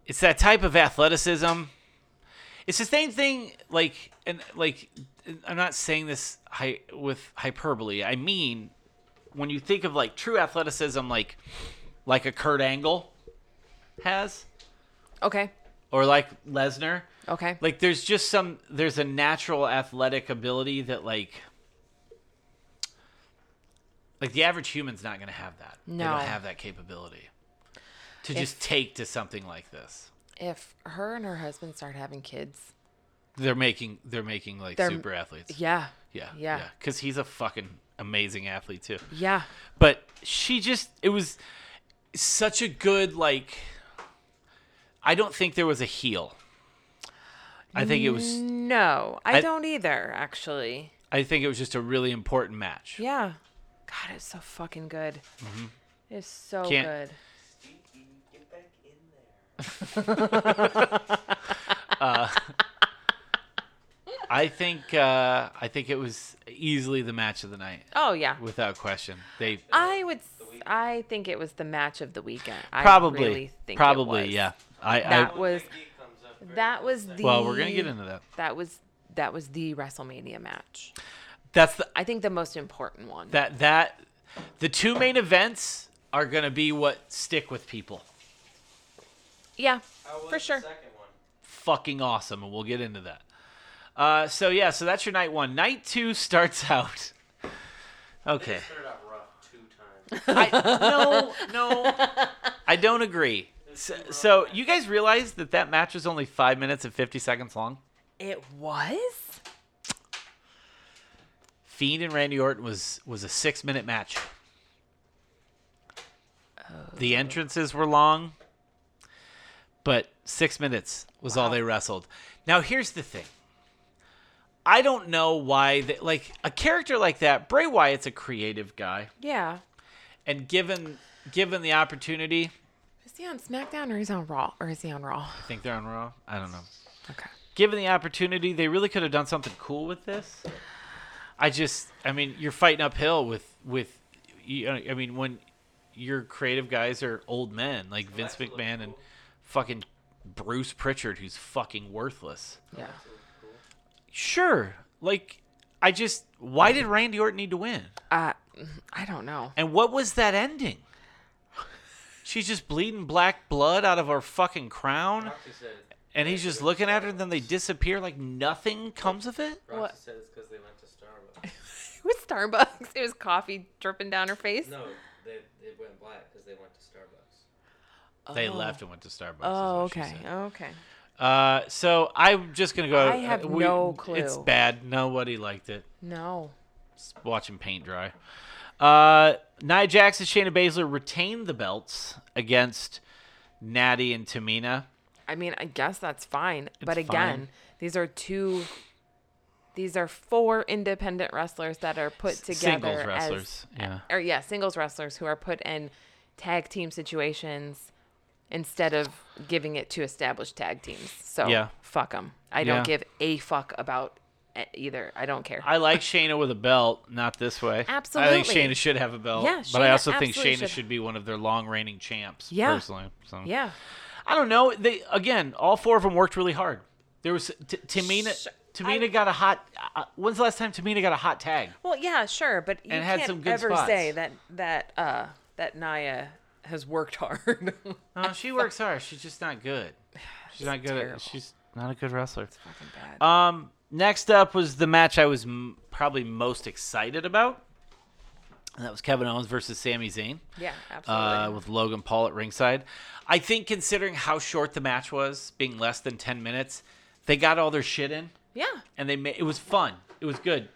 it's that type of athleticism. It's the same thing, like and like. I'm not saying this hy- with hyperbole. I mean, when you think of like true athleticism, like like a Kurt Angle has,
Okay.
or like Lesnar.
Okay.
Like there's just some there's a natural athletic ability that like like the average human's not going to have that. They
No.
don't have that capability to just take to something like this.
if her and her husband start having kids,
They're making they're making like
They're-
super athletes.
yeah,
Yeah.
yeah.
Cuz he's a fucking amazing athlete too.
yeah,
But she just it was such a good like I don't think there was a heel. I think it was
Mm. no, I,
I-
don't either. Actually,
I think it was just a really important match.
yeah. God, it's so fucking good. It's so
Mm-hmm. Can't-
good.
I think uh, I think it was easily the match of the night,
Oh yeah,
without question. They
I would. s- I think it was the match of the weekend.
probably,
I really think it
probably,
was.
yeah. I,
That
I
was
Biggie comes up. very-
that was the.
well, we're gonna get into that.
That was that was the WrestleMania match.
That's the
I think the most important one.
that that the two main events are gonna be what stick with people.
yeah,
How was
for sure.
The second one?
Fucking awesome, and we'll get into that. Uh, so yeah, so that's your night one. Night two starts out. Okay.
Started off rough two times.
I, no, no, I don't agree. So, so you guys realize that that match was only five minutes and fifty seconds long.
It was.
Fiend and Randy Orton was was a six minute match. The entrances were long, but six minutes was all they wrestled. Now here's the thing. I don't know why they, like a character like that, Bray Wyatt's a creative guy.
Yeah.
And given given the opportunity,
Is he on SmackDown or he's on Raw? Or is he on Raw?
I think they're on Raw. I don't know.
Okay.
Given the opportunity, they really could have done something cool with this. I just, I mean, you're fighting uphill with with. You, I mean, when your creative guys are old men like Vince McMahon and fucking Bruce Pritchard, who's fucking worthless.
Yeah.
Sure, like I just, why did Randy Orton need to win?
Uh, I don't know.
And what was that ending? She's just bleeding black blood out of her fucking crown.
Roxy said,
And he's just looking at her, and then they disappear like nothing comes of it.
Roxy
What?
said it's because they went to Starbucks.
It was Starbucks. It was coffee dripping down her face.
no, they, they went black because they went to Starbucks.
They left and went to Starbucks. is
Oh,
what she
okay.
said.
Okay.
Uh, so I'm just gonna go.
I have
uh, we-
no
It's
clue.
bad. Nobody liked it.
No.
Just watching paint dry. Uh, Nia Jax and Shayna Baszler retained the belts against Natty and Tamina.
I mean, I guess that's fine. but
It's
again,
fine.
these are two. These are four independent wrestlers that are put together
singles
as-
wrestlers, yeah.
or yeah, singles wrestlers who are put in tag team situations instead of giving it to established tag teams. So
Yeah.
fuck them. I don't
Yeah.
give a fuck about e- either. I don't care.
I like Shayna with a belt, not this way. I think
Absolutely.
Shayna should have a belt.
Yeah,
but I
Shayna
also think
absolutely
Shayna should.
should.
be one of their long reigning champs.
Yeah.
personally. So
yeah.
I don't know. They again, all four of them worked really hard. There was t- Tamina. Tamina got a hot. Uh, when's the last time Tamina got a hot tag?
Well, yeah, sure, but you
And had
can't
some good
ever
spots.
say that that uh that Naya has worked hard.
No, Uh, she works hard. She's just not good. She's not good.
terrible.
At, she's not a good wrestler.
Fucking bad.
Um, next up was the match I was m- probably most excited about. And that was Kevin Owens versus Sami Zayn.
yeah,
uh,
absolutely.
with Logan Paul at ringside. I think considering how short the match was, being less than 10 minutes, they got all their shit in
yeah.
and they made it was fun. It was good.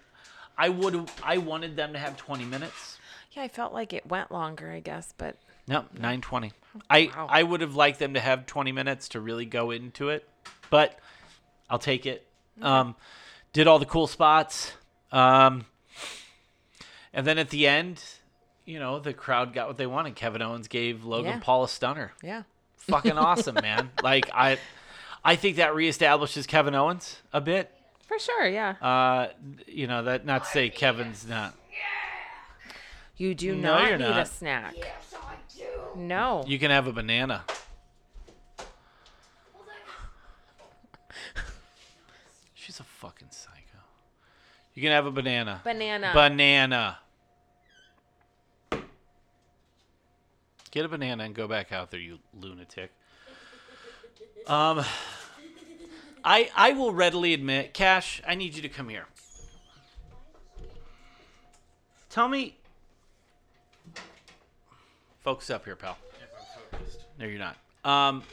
I would I wanted them to have 20 minutes.
Yeah, I felt like it went longer, I guess, but
No, 920. I
Wow.
I would have liked them to have 20 minutes to really go into it, but I'll take it. Um did all the cool spots. Um and then at the end, you know, the crowd got what they wanted. Kevin Owens gave Logan
Yeah.
Paul a stunner.
yeah.
fucking awesome, man. Like I, I think that reestablishes Kevin Owens a bit.
For sure, yeah.
Uh, you know that not to say Kevin's not.
you do
no,
not
you're
need a
not.
snack. No.
You can have a banana. She's a fucking psycho. You can have a banana.
Banana.
Banana. Get a banana and go back out there, you lunatic. Um, I I will readily admit, Cash, I need you to come here. Tell me. Focus up here, pal. No, you're not. Um,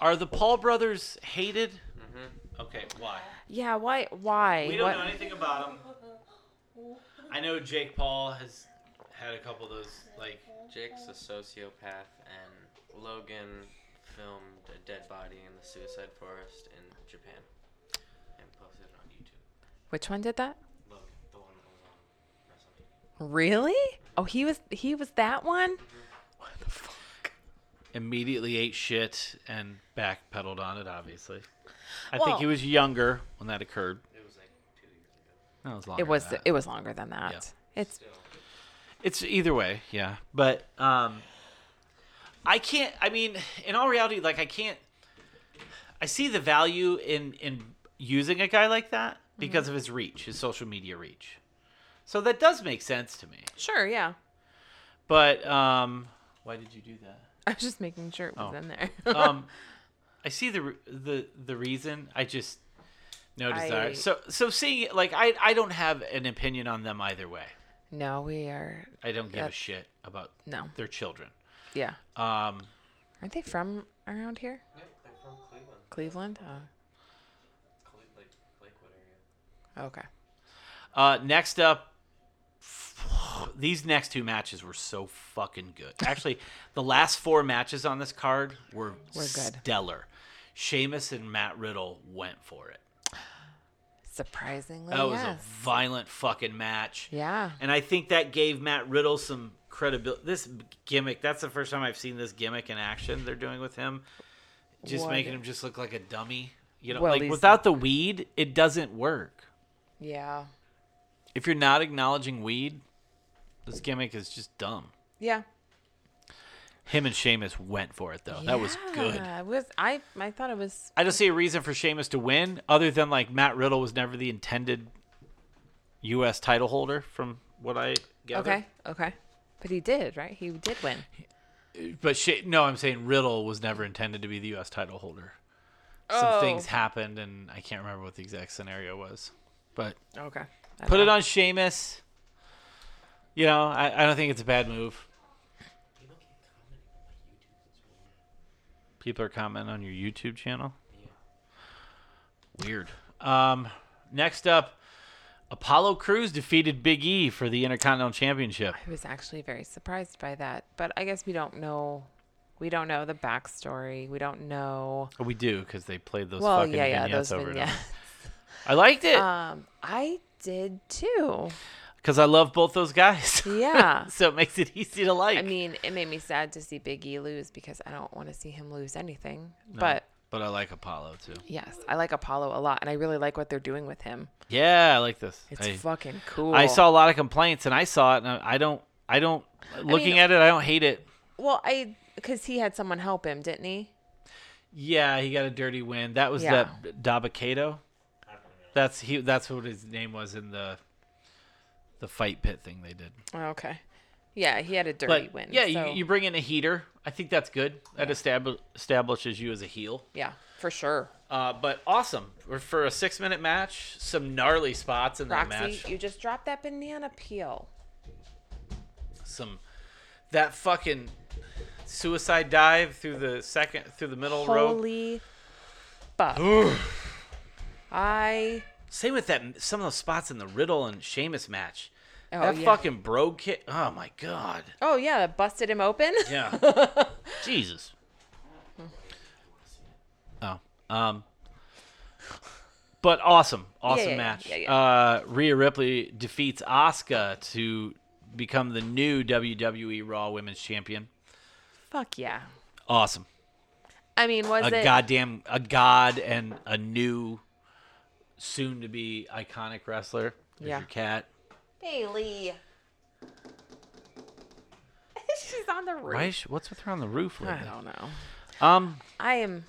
are the Paul brothers hated? Mm-hmm. Okay, why?
yeah, why why?
We don't
What-
know anything about him. I know Jake Paul has had a couple of those. Like,
Jake's a sociopath, and Logan filmed a dead body in the suicide forest in Japan and posted it on YouTube.
Which one did that?
Logan, the one that was on WrestleMania.
Really? Oh, he was he was that one?
immediately ate shit and backpedaled on it. Obviously, I
Well-
think he was younger when that occurred.
It was like two years ago.
No, it was longer.
It was
than that.
it was longer than that. It's
It's either way, yeah. But um, I can't. I mean, in all reality, like I can't. I see the value in in using a guy like that because
Mm-hmm.
of his reach, his social media reach. So that does make sense to me.
sure, yeah.
But um, why did you do that?
I was just making sure it was
Oh.
in there.
Um, I see the re- the the reason. I just no desire.
I-
So so seeing it, like I I don't have an opinion on them either way.
no, we are
I don't give a
That's-
shit about
no.
their children.
Yeah.
Um,
Aren't they from around here?
They're from Cleveland,
Cleveland? Oh,
Cle- like Lakewood area.
okay.
Uh, next up, these next two matches were so fucking good. Actually, the last four matches on this card were,
good.
stellar. Sheamus and Matt Riddle went for it.
Surprisingly,
That was
Oh, yes.
a violent fucking match.
Yeah.
And I think that gave Matt Riddle some credibility. This gimmick, that's the first time I've seen this gimmick in action they're doing with him. Just
What?
making him just look like a dummy. You know,
Well,
like
he's-
without the weed, it doesn't work.
Yeah.
If you're not acknowledging weed, this gimmick is just dumb.
Yeah.
Him and Sheamus went for it though. That was good.
Yeah, It was I I thought it was
I don't see a reason for Sheamus to win other than like Matt Riddle was never the intended U.S. title holder, from what I gather.
okay. Okay. But he did, right? He did win.
But she- no, I'm saying Riddle was never intended to be the U.S. title holder. Some
Oh.
things happened, and I can't remember what the exact scenario was. But
Okay.
put it on Sheamus. You know, I, I don't think it's a bad move. People are commenting on your YouTube channel. Weird. Um, next up, Apollo Crews defeated Big E for the Intercontinental Championship.
I was actually very surprised by that, but I guess we don't know we don't know the backstory. We don't know.
Oh, we do because they played those
Well,
fucking
yeah, yeah,
vignettes
those
over and
vignettes.
over. I liked it
Um, I did too.
because I love both those guys.
Yeah.
so it makes it easy to like.
I mean, it made me sad to see Big E lose because I don't want to see him lose anything. But
but I like Apollo too.
yes, I like Apollo a lot, and I really like what they're doing with him.
Yeah, I like this.
It's
I-
fucking cool.
I saw a lot of complaints, and I saw it, and I I don't, I don't. Looking
mean-
at it, I don't hate it.
Well, I because he had someone help him, didn't he?
Yeah, he got a dirty win. That was
Yeah.
that Dabakato. That's he. That's what his name was in the the fight pit thing they did.
Oh, Okay. Yeah, he had a dirty
But
win.
yeah,
so-
you, you bring in a heater. I think that's good. That estab- establishes you as a heel.
yeah, for sure.
Uh, but awesome for, for a six minute match. Some gnarly spots in that
Roxy,
match.
you just dropped that banana peel.
Some that fucking suicide dive through the second through the middle row.
Holy fuck! I
Same with that. Some of those spots in the Riddle and Sheamus match.
oh
that
yeah.
fucking bro kick. Oh my god.
oh yeah, that busted him open.
Yeah. Jesus. Oh. Um. But awesome, awesome
yeah, yeah,
match.
yeah, yeah.
Uh, Rhea Ripley defeats Asuka to become the new WWE Raw Women's Champion.
Fuck yeah.
Awesome.
I mean, was
a
it?
goddamn a god and a new, soon to be iconic wrestler. There's
Yeah.
your cat.
Bailey. She's on the roof.
Why is she- what's with her on the roof?
I
Lately?
don't know.
Um,
I am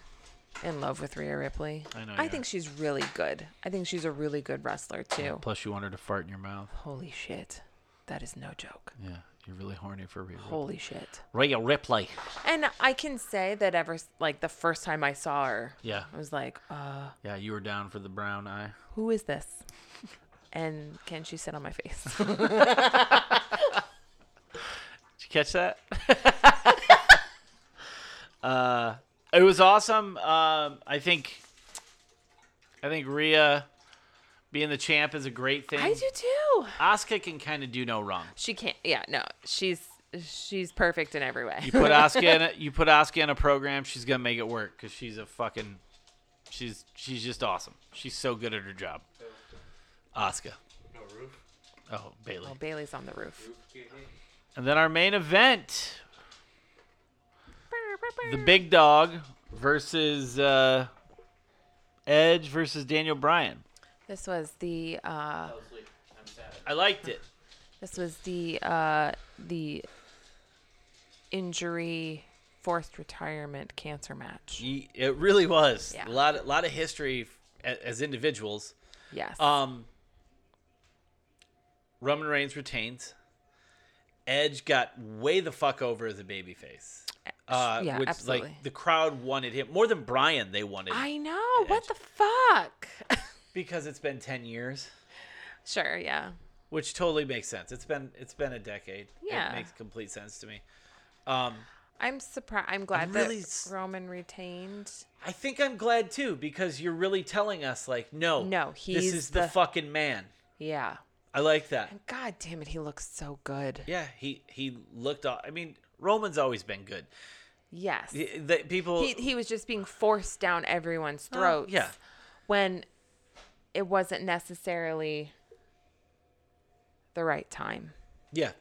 in love with Rhea Ripley.
I know
I
you
think
are.
she's really good. I think she's a really good wrestler too.
plus you want her to fart in your mouth.
Holy shit. That is no joke.
Yeah, you're really horny for Rhea. Ripley.
Holy shit.
Rhea Ripley.
And I can say that ever s- like the first time I saw her,
Yeah,
I was like, uh,
yeah, you were down for the brown eye.
who is this? And can she sit on my face?
Did you catch that? uh, it was awesome. Um, I think, I think Rhea being the champ is a great thing.
I do too.
Asuka can kind of do no wrong.
She can't. Yeah, no. She's she's perfect in every way.
You put Asuka in a, you put Asuka in a program, she's gonna make it work because she's a fucking, she's she's just awesome. She's so good at her job. Asuka. No roof. Oh, Bailey.
Oh, Bailey's on the roof.
And then our main event, the Big Dog versus uh, Edge versus Daniel Bryan.
This was the uh
I liked it.
This was the uh, the injury forced retirement cancer match.
Ye- It really was a
Yeah.
lot, a lot of history f- a- as individuals.
Yes.
Um, Roman Reigns retains. Edge got way the fuck over as a babyface. Uh,
Eh, yeah,
which
absolutely.
like the crowd wanted him more than Bryan. They wanted
I know. What the fuck?
because it's been ten years.
sure. Yeah.
which totally makes sense. It's been it's been a decade.
Yeah.
it makes complete sense to me. Um,
I'm surprised. I'm glad
I'm
that
really s-
Roman retained.
I think I'm glad too because you're really telling us like, no,
No,
this
he's
is the,
the-
fucking man.
Yeah.
I like that.
God damn it, he looks so good.
Yeah, he he looked. aw- I mean, Roman's always been good.
Yes.
Y- The people.
he, he was just being forced down everyone's throats.
Oh, yeah.
When it wasn't necessarily the right time.
yeah,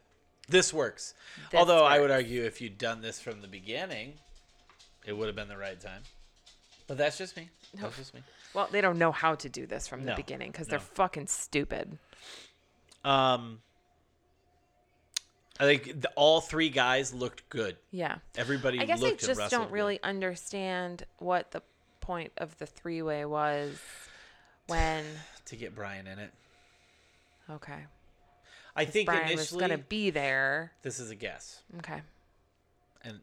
this works.
This
Although I would
works.
argue if you'd done this from the beginning, it would have been the right time. But that's just me. That's just me.
Well, they don't know how to do this from the
No,
beginning because
no.
they're fucking stupid.
Um, I think the, all three guys looked good.
Yeah.
Everybody.
I guess I
looked and
just
wrestled
don't
good.
really understand what the point of the three way was when.
to get Brian in it.
Okay.
I think
Brian was
initially
going to be there.
this is a guess,
Okay.
and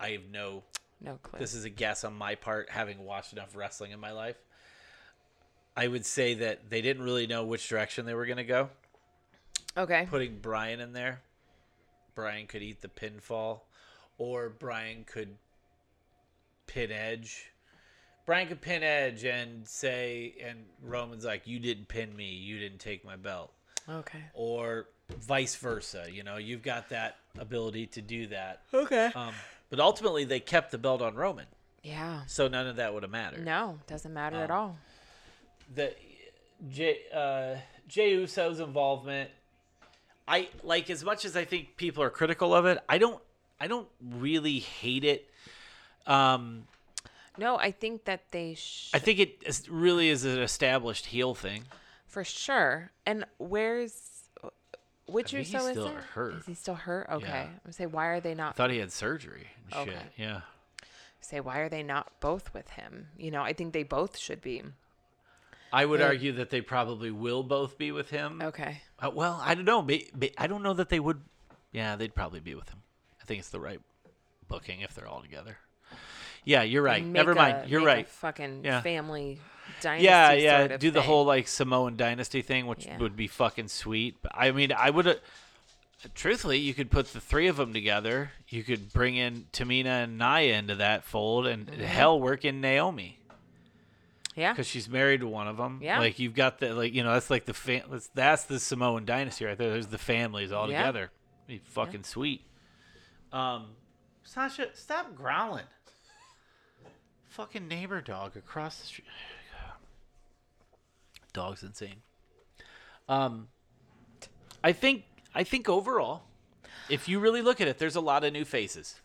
I have no
No clue.
this is a guess on my part, having watched enough wrestling in my life. I would say that they didn't really know which direction they were going to go.
okay.
Putting Brian in there, Brian could eat the pinfall, or Brian could pin Edge. Brian could pin Edge and say, and Roman's like, "You didn't pin me. You didn't take my belt."
Okay.
Or vice versa. You know, you've got that ability to do that.
Okay.
Um, but ultimately, they kept the belt on Roman,
Yeah.
so none of that would have mattered.
No, doesn't matter at all.
the Jay uh, Jey Uso's involvement. I like as much as I think people are critical of it. I don't. I don't really hate it. Um,
No, I think that they sh-
I think it is- really is an established heel thing.
for sure. And where's which
think
Uso
he's
is
still
it?
hurt.
Is he still hurt? Okay.
Yeah.
I'm gonna say why are they not
Thought he had surgery. And Shit.
Okay.
Yeah.
say why are they not both with him? You know, I think they both should be.
I would
Yeah.
argue that they probably will both be with him.
Okay.
Uh, well, I don't know. May- may- I don't know that they would. Yeah, they'd probably be with him. I think it's the right booking if they're all together. Yeah, you're right.
Make
Never
a-
mind. You're
make a
right.
fucking
Yeah.
family dynasty.
yeah, yeah.
sort of
do the
thing.
whole like Samoan dynasty thing, which
Yeah.
would be fucking sweet. But I mean, I would. Truthfully, you could put the three of them together. You could bring in Tamina and Naya into that fold, and
Mm-hmm.
hell, work in Naomi
Yeah.
because she's married to one of them.
Yeah.
like you've got the like you know that's like the fam- that's, that's the Samoan dynasty right there. There's the families all
Yeah.
together. Be fucking sweet. Um, Sasha, stop growling. fucking neighbor dog across the street. Dog's insane. Um, I think I think overall, if you really look at it, there's a lot of new faces.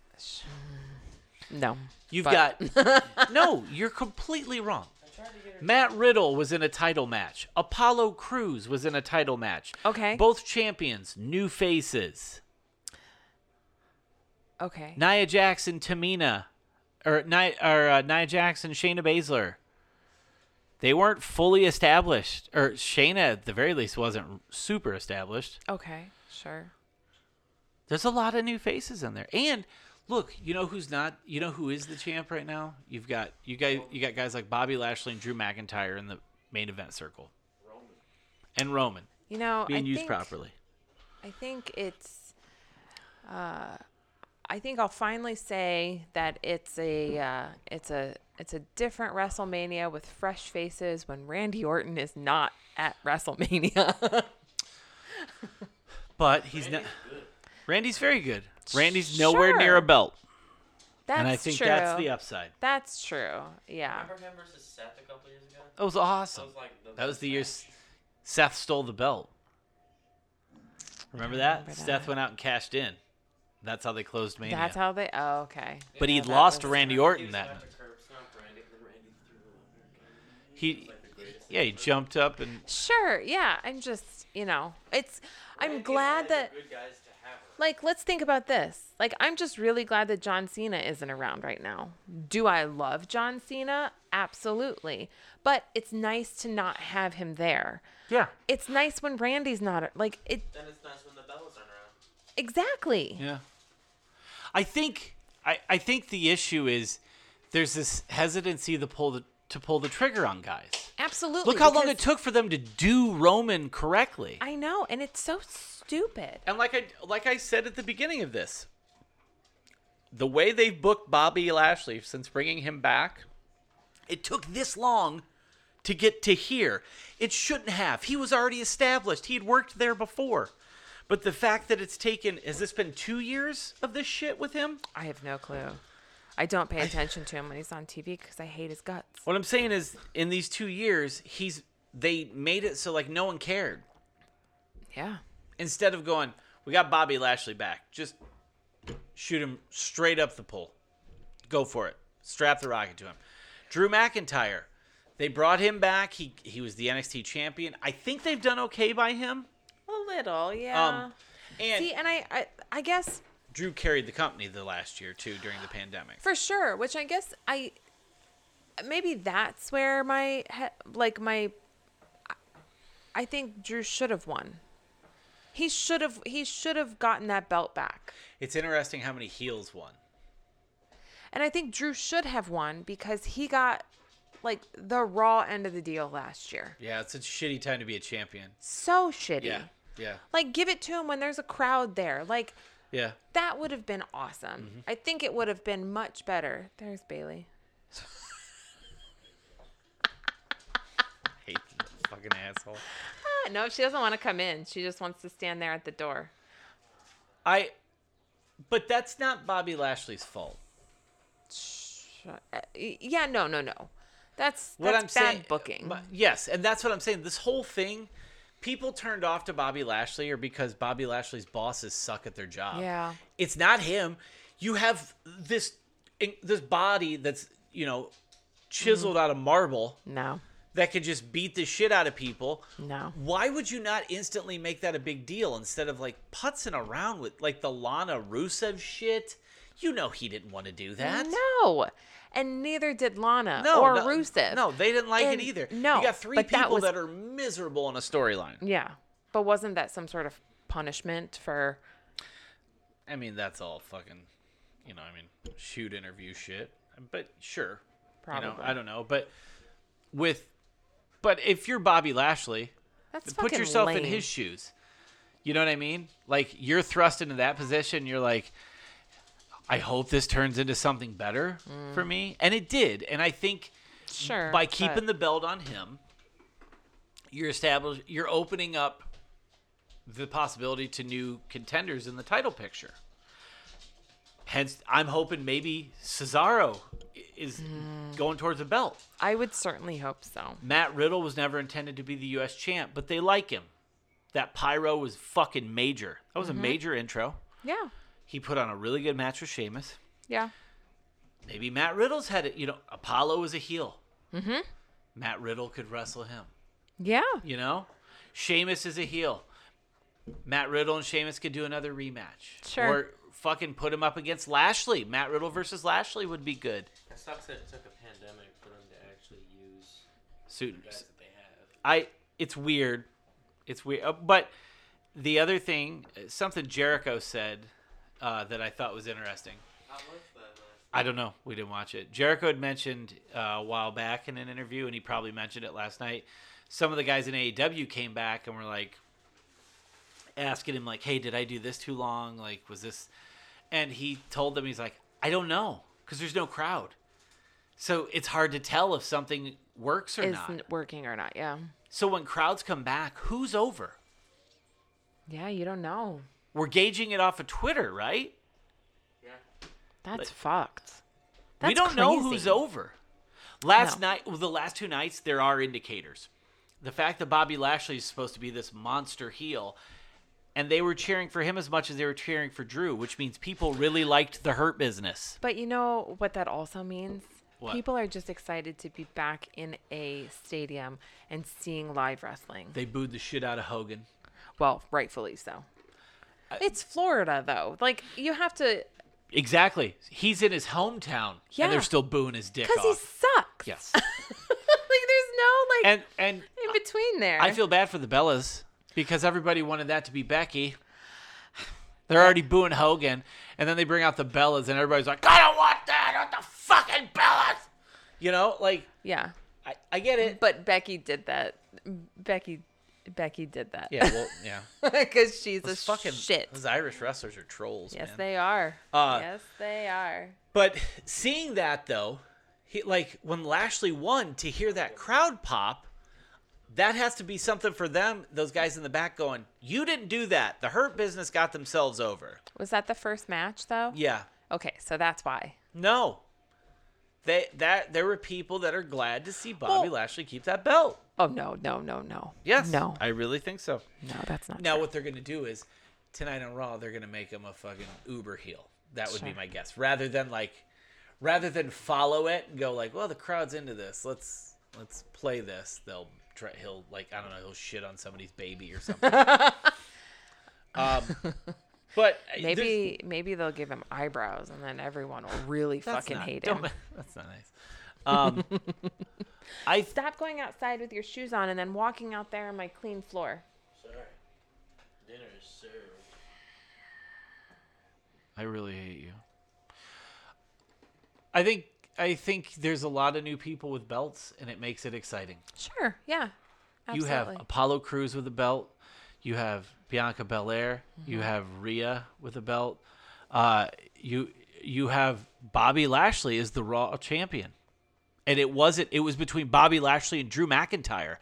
No.
You've
But-
got no. You're completely wrong. Matt Riddle was in a title match. Apollo Cruz was in a title match.
Okay.
Both champions, new faces.
Okay.
Nia Jackson, Tamina, or Nia, or uh, Nia Jackson, Shayna Baszler. They weren't fully established, or Shayna at the very least wasn't super established.
Okay. Sure.
There's a lot of new faces in there. And look, you know who's not you know who is the champ right now? You've got you guys you got guys like Bobby Lashley and Drew McIntyre in the main event circle. And Roman
You know,
being
I
used
think,
properly.
I think it's. Uh, I think I'll finally say that it's a uh, it's a it's a different WrestleMania with fresh faces when Randy Orton is not at WrestleMania.
But he's not Randy's very good. Randy's nowhere near
Sure.
a belt.
that's
and I think
true.
that's the upside.
That's true. Yeah.
Remember him versus Seth a couple years ago?
That was awesome.
That was like the
That was
best
the year
match.
S- Seth stole the belt. Remember that? Seth went out and cashed in. That's how they closed Mania.
That's how they. Oh, okay.
but
Yeah,
he
that
uh,
lost to
was-
Randy
He
Orton
was
that
about
night.
to curb stomp Randy, and then Randy threw him over again.
He, yeah, he jumped up and
Sure. Yeah. I'm just, you know, it's. I'm
Randy's
glad
like the
that.
good guys to have around.
like let's think about this like i'm just really glad that john cena isn't around right now do i love john cena absolutely but it's nice to not have him there
yeah,
it's nice when randy's not like it
Then it's nice when the bells aren't around.
exactly
yeah. I think I, I think the issue is there's this hesitancy to pull the to pull the trigger on guys.
absolutely
Look how long it
because-
took for them to do Roman correctly.
i know and it's so stupid
and like I like I said at the beginning of this, the way they've booked Bobby Lashley since bringing him back, it took this long to get to here. It shouldn't have. He was already established. He had worked there before. But the fact that it's taken has this been two years of this shit with him?
I have no clue. I don't pay attention to him when he's on TV because I hate his guts.
What I'm saying is, in these two years, he's they made it so like no one cared.
Yeah.
Instead of going, we got Bobby Lashley back. Just shoot him straight up the pole. Go for it. Strap the rocket to him. Drew McIntyre. They brought him back. He he was the NXT champion. I think they've done okay by him.
A little, yeah.
Um, and
See, and I, I, I guess
Drew carried the company the last year too during the pandemic.
for sure. Which I guess I, maybe that's where my he- like my. I- I think Drew should have won. He should have. He should have gotten that belt back.
It's interesting how many heels won.
And I think Drew should have won because he got like the raw end of the deal last year.
Yeah, it's a shitty time to be a champion.
So shitty.
Yeah. Yeah.
Like give it to him when there's a crowd there. Like
Yeah.
that would have been awesome.
Mm-hmm.
I think it would have been much better. There's Bailey.
Hate the fucking asshole.
Ah, no, she doesn't want to come in. She just wants to stand there at the door.
I but that's not Bobby Lashley's fault.
Shut- uh, y- Yeah, no, no, no. That's
What
that's
I'm
bad
saying uh,
booking.
my- yes, and that's what I'm saying. This whole thing people turned off to Bobby Lashley or because Bobby Lashley's bosses suck at their job.
Yeah.
It's not him. You have this this body that's, you know, chiseled
Mm-hmm.
out of marble
no.
that could just beat the shit out of people.
No.
Why would you not instantly make that a big deal instead of like putzing around with like the Lana Rusev shit? You know he didn't want to do that.
No. And neither did Lana or Rusev.
No, they didn't like
And
it either.
No.
you got three
but
people that,
was
are miserable in a storyline.
Yeah. But wasn't that some sort of punishment for
I mean, that's all fucking, you know, I mean, shoot interview shit. But sure,
probably?
you know, I don't know, but with, but if you're Bobby Lashley,
That's
put
fucking
yourself in
lame.
his shoes. You know what I mean? Like you're thrust into that position. You're like, I hope this turns into something better
Mm.
for me, and it did. And I think
sure
by
but-
keeping the belt on him, you're established. You're opening up the possibility to new contenders in the title picture. Hence, I'm hoping maybe Cesaro i- is going towards the belt.
I would certainly hope so.
Matt Riddle was never intended to be the U.S. champ, but they like him. That pyro was fucking major. That was a major intro.
Yeah.
He put on a really good match with Sheamus.
Yeah.
Maybe Matt Riddle's had it. You know, Apollo was a heel. Mm-hmm. Matt Riddle could wrestle him.
Yeah.
You know, Sheamus is a heel. Matt Riddle and Sheamus could do another rematch.
Sure.
Or fucking put him up against Lashley. Matt Riddle versus Lashley would be good.
It sucks that it took a pandemic for them to actually use
Suit.
the guys that they have.
I it's weird. It's weird. Uh, But the other thing, uh, something Jericho said uh, that I thought was interesting.
How was that last?
I don't know. We didn't watch it. Jericho had mentioned uh, a while back in an interview, and he probably mentioned it last night. Some of the guys in AEW came back and were like asking him, like, "Hey, did I do this too long? Like, was this?" And he told them, he's like, "I don't know, because there's no crowd, so it's hard to tell if something works or
Is
not."
n- working or not. Yeah.
So when crowds come back, who's over?
Yeah, you don't know.
We're gauging it off of Twitter, right?
That's fucked. That's
we don't know who's
crazy.
over. Last
No.
night, well, the last two nights, there are indicators. The fact that Bobby Lashley is supposed to be this monster heel, and they were cheering for him as much as they were cheering for Drew, which means people really liked the Hurt Business.
But you know what that also means?
What?
People are just excited to be back in a stadium and seeing live wrestling.
They booed the shit out of Hogan.
Well, rightfully so. it's Florida though. Like you have to
Exactly. He's in his hometown,
Yeah.
and they're still booing his dick
cuz
off.
he sucks.
yes.
like there's no like
And and
in between there.
I feel bad for the Bellas because everybody wanted that to be Becky. They're already booing Hogan, and then they bring out the Bellas, and everybody's like, "I don't want that! I want the fucking Bellas!" You know, like
Yeah.
I, I get it.
But Becky did that. Becky Becky did that.
Yeah, well, yeah.
Cuz she's a
fucking
shit.
Those Irish wrestlers are trolls,
Yes,
man.
they are.
Uh,
yes, they are.
But seeing that though, he like when Lashley won to hear that crowd pop, that has to be something for them. Those guys in the back going, "You didn't do that. The Hurt Business got themselves over."
Was that the first match though?
Yeah,
Okay, so that's why.
no, they that there were people that are glad to see Bobby Lashley keep that belt.
Oh no, no, no, no.
Yes,
No.
I really think so.
no, that's not.
Now
true.
what they're gonna do is tonight on Raw they're gonna make him a fucking Uber heel. That would be my guess. Rather than like, rather than follow it and go like, well the crowd's into this. Let's let's play this. They'll try. He'll like I don't know. He'll shit on somebody's baby or something. um, but uh, there's-
Maybe maybe they'll give him eyebrows and then everyone will really
that's
fucking
not-
hate him.
don't- That's not nice. Um, I
Stop going outside with your shoes on and then walking out there on my clean floor.
Dinner is served.
I really hate you.
I think I think there's a lot of new people with belts and it makes it exciting.
Sure. Yeah.
You
Absolutely.
have Apollo Cruz with a belt. You have Bianca Belair. You
Mm-hmm.
have Rhea with a belt. Uh, you you have Bobby Lashley is the Raw champion, and it wasn't. It was between Bobby Lashley and Drew McIntyre.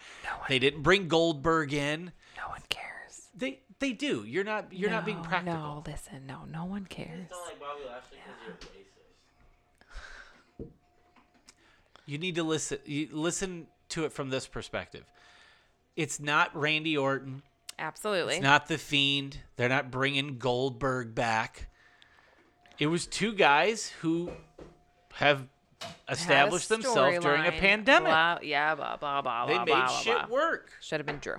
they didn't bring Goldberg in.
no one cares.
They they do. You're not you're not being
No,
practical.
No, listen, no, no one cares.
Not like Bobby Lashley because you're racist.
You need to listen. You listen to it from this perspective. It's not Randy Orton.
Absolutely.
It's not the Fiend. They're not bringing Goldberg back. It was two guys who have
Had a
established themselves during a
storyline,
pandemic.
blah- yeah, blah blah blah.
They
blah,
made
blah, blah,
shit
blah.
work.
Should have been Drew.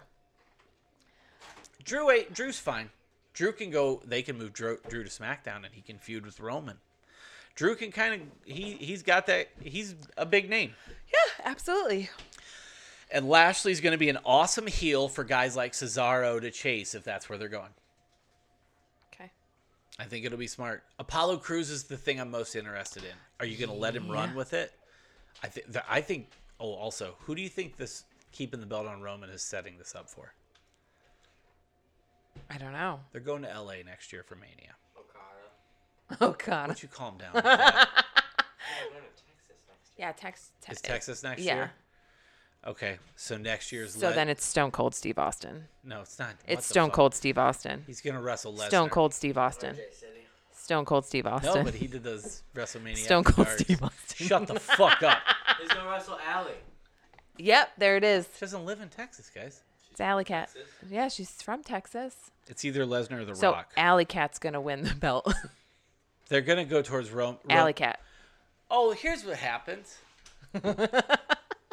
Drew ain't Drew's fine. Drew can go. They can move Drew, Drew to SmackDown, and he can feud with Roman. Drew can kind of he he's got that. He's a big name.
Absolutely.
And Lashley's going to be an awesome heel for guys like Cesaro to chase if that's where they're going.
Okay.
I think it'll be smart. Apollo Cruz is the thing I'm most interested in. Are you going to let him run with it? I think. I think. Oh, also, who do you think this keeping the belt on Roman is setting this up for?
I don't know.
They're going to L.A. next year for Mania.
Okada.
Oh God.
Would you calm down? with that?
Yeah, we're going to Texas next
Yeah, Tex. Te-
Is Texas next
Yeah.
year? Okay, so next year's.
So
Le-
then it's Stone Cold Steve Austin.
no, it's not. What
It's
the
Stone
fuck?
Cold Steve Austin.
He's going to wrestle Lesnar.
Stone Cold Steve Austin.
City.
Stone Cold Steve Austin.
No, but he did those WrestleMania.
Stone Cold
cards.
Steve Austin.
Shut the fuck up.
He's going to wrestle Alley.
Yep, there it is.
She doesn't live in Texas, guys.
It's Alley Cat. Yeah, she's from Texas.
It's either Lesnar or The
So
Rock.
Alley Cat's gonna win the belt.
They're gonna go towards Rome. Ro-
Alley Cat.
Oh, here's what happens.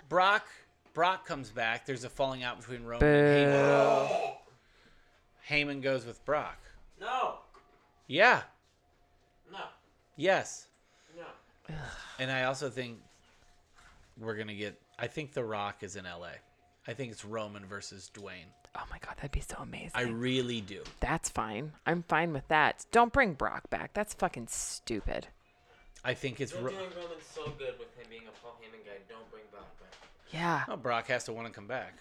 Brock Brock comes back. There's a falling out between Roman and Heyman. Heyman goes with Brock.
No.
Yeah.
No.
Yes.
No.
And I also think we're gonna get I think The Rock is in LA. I think it's Roman versus Dwayne.
Oh my God, that'd be so amazing.
I really do.
That's fine. I'm fine with that. Don't bring Brock back. That's fucking stupid.
I think it's
They're
Ro-
doing Roman so good with him being a Paul Heyman guy. Don't bring Brock back.
Yeah.
Oh, Brock has to want to come back.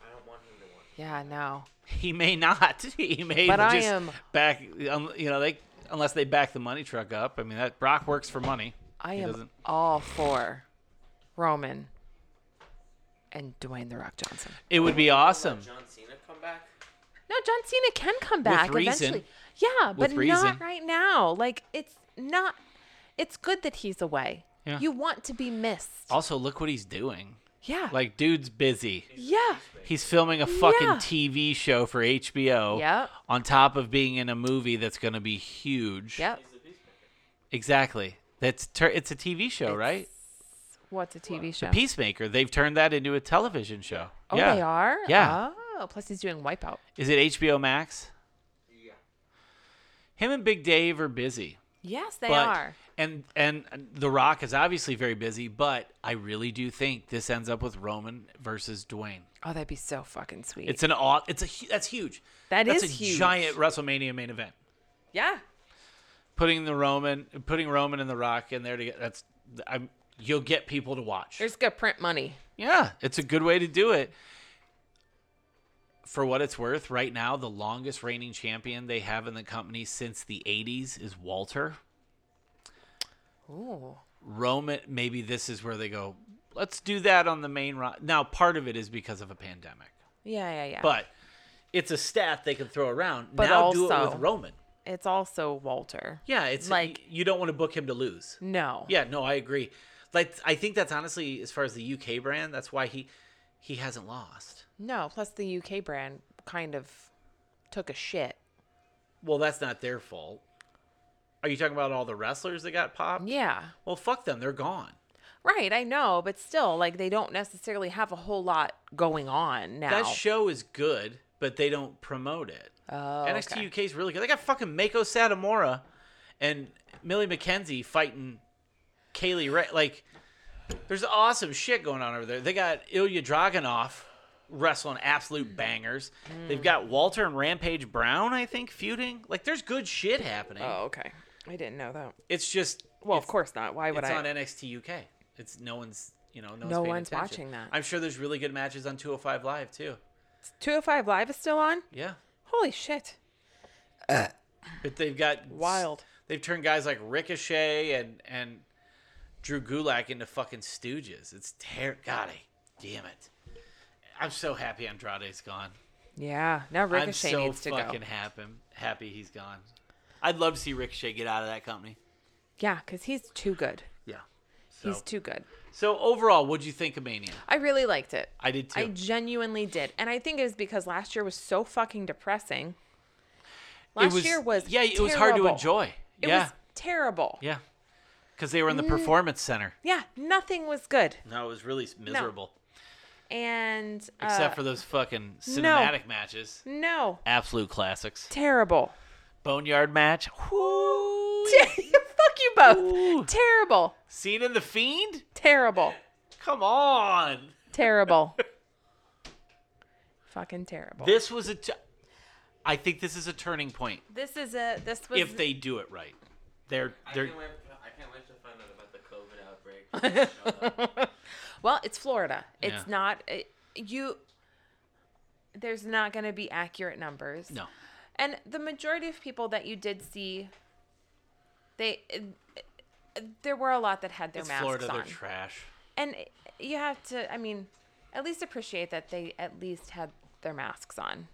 I don't want him to win.
Yeah. No.
He may not. He may
But I
just
am-
back. Um, you know, they unless they back the money truck up. I mean, that Brock works for money.
I
He
am
doesn't-
all for Roman and Dwayne the Rock Johnson.
It would be awesome.
John Cena come back?
No, John Cena can come back
reason.
eventually. Yeah, but
With reason.
not right now. Like it's not. It's good that he's away.
Yeah.
You want to be missed.
Also, look what he's doing.
Yeah.
Like, dude's busy.
yeah.
He's filming a fucking
Yeah.
TV show for HBO.
Yep.
On top of being in a movie that's going to be huge.
Yep.
Exactly. That's tur it's a TV show, right?
What's a TV show?
Peacemaker. They've turned that into a television show.
oh,
yeah.
they are.
Yeah.
Oh, plus he's doing Wipeout.
Is it HBO Max?
Yeah.
Him and Big Dave are busy.
Yes, they
but-
are.
And and The Rock is obviously very busy, but I really do think this ends up with Roman versus Dwayne.
Oh, that'd be so fucking sweet.
It's an aw- it's a hu- that's huge.
That
that's
is
a
huge.
giant WrestleMania main event.
yeah.
Putting the Roman putting Roman and The Rock in there to get that's I'm you'll get people to watch.
There's good print money.
yeah, it's a good way to do it. For what it's worth, right now the longest reigning champion they have in the company since the 80s is Walter.
Ooh.
Roman, maybe this is where they go, let's do that on the main rock. Now, part of it is because of a pandemic,
Yeah, yeah, yeah.
but it's a stat they can throw around.
But
now do it
also-
with Roman.
it's also Walter.
Yeah, it's like
Like-
you don't want to book him to lose.
No.
Yeah, no, I agree. Like I think that's honestly as far as the UK brand, that's why he he hasn't lost.
No. Plus the UK brand kind of took a shit.
Well, that's not their fault. Are you talking about all the wrestlers that got popped?
Yeah.
Well, fuck them, they're gone.
Right. I know, but still, like they don't necessarily have a whole lot going on now.
That show is good, but they don't promote it.
oh,
NXT
okay.
UK is really good. They got fucking Mako Satomura and Millie McKenzie fighting Kaylee Ray. Like, there's awesome shit going on over there. They got Ilya Dragunov wrestling absolute bangers.
Hmm.
They've got Walter and Rampage Brown, I think, feuding. Like, there's good shit happening.
Oh, okay. I didn't know that.
It's just
Well,
it's-
of course not. Why would
it's
I?
on NXT UK. It's no one's you know no one's,
No
paying
one's
attention.
watching that.
I'm sure there's really good matches on 205 Live too.
205 Live is still on?
Yeah,
Holy shit.
but they've got
Wild.
They've turned guys like Ricochet and and Drew Gulak into fucking stooges. It's ter God, I- damn it. I'm so happy Andrade's gone.
Yeah. Now Ricochet
I'm so
needs to go.
fucking happy, happy he's gone. I'd love to see Ricochet get out of that company.
Yeah, because he's too good.
Yeah. So,
He's too good.
so overall, what'd you think of Mania?
I really liked it.
I did too.
I genuinely did. And I think it was because last year was so fucking depressing.
It
Last year was
yeah, it was hard to
terrible.
enjoy.
It
yeah,
was Mm. terrible. Yeah.
yeah, because they were in the performance center.
nothing was good.
No, it was really miserable,
And uh,
except for those fucking cinematic matches.
no,
Absolute classics.
terrible.
Boneyard match. Whoo!
Fuck you both.
Ooh.
Terrible.
Cena and the Fiend.
Terrible.
Come on.
Terrible. fucking terrible.
This was a. T- I think this is a turning point
This is a this was
if they do it right. They're
I
they're
can't, wait, I can't wait to find out about the COVID outbreak. when they show up.
Well, it's Florida. It's
Yeah.
not it, you. There's not going to be accurate numbers.
no.
And the majority of people that you did see, they uh, there were a lot that had their
It's
masks
Florida.
on.
They're trash.
and you have to, I mean, at least appreciate that they at least had their masks on.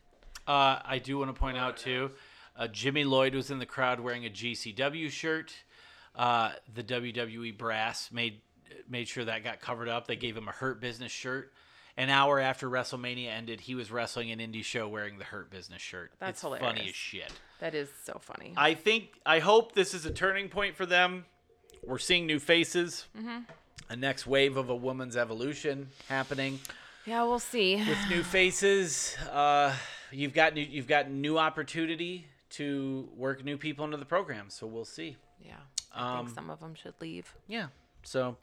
Uh, I do want to point out too, uh, Jimmy Lloyd was in the crowd wearing a GCW shirt. Uh, the WWE brass made made sure that got covered up. They gave him a Hurt Business shirt. An hour after WrestleMania ended, he was wrestling an indie show wearing the Hurt Business shirt.
That's
it's Funny
hilarious.
as shit.
That is so funny.
I think I hope this is a turning point for them. We're seeing new faces.
Mm-hmm.
A next wave of a woman's evolution happening
yeah, we'll see.
with new faces. Uh, you've got new, you've got new opportunity to work new people into the program. So we'll see.
Yeah, I
Um,
think some of them should leave.
Yeah. So,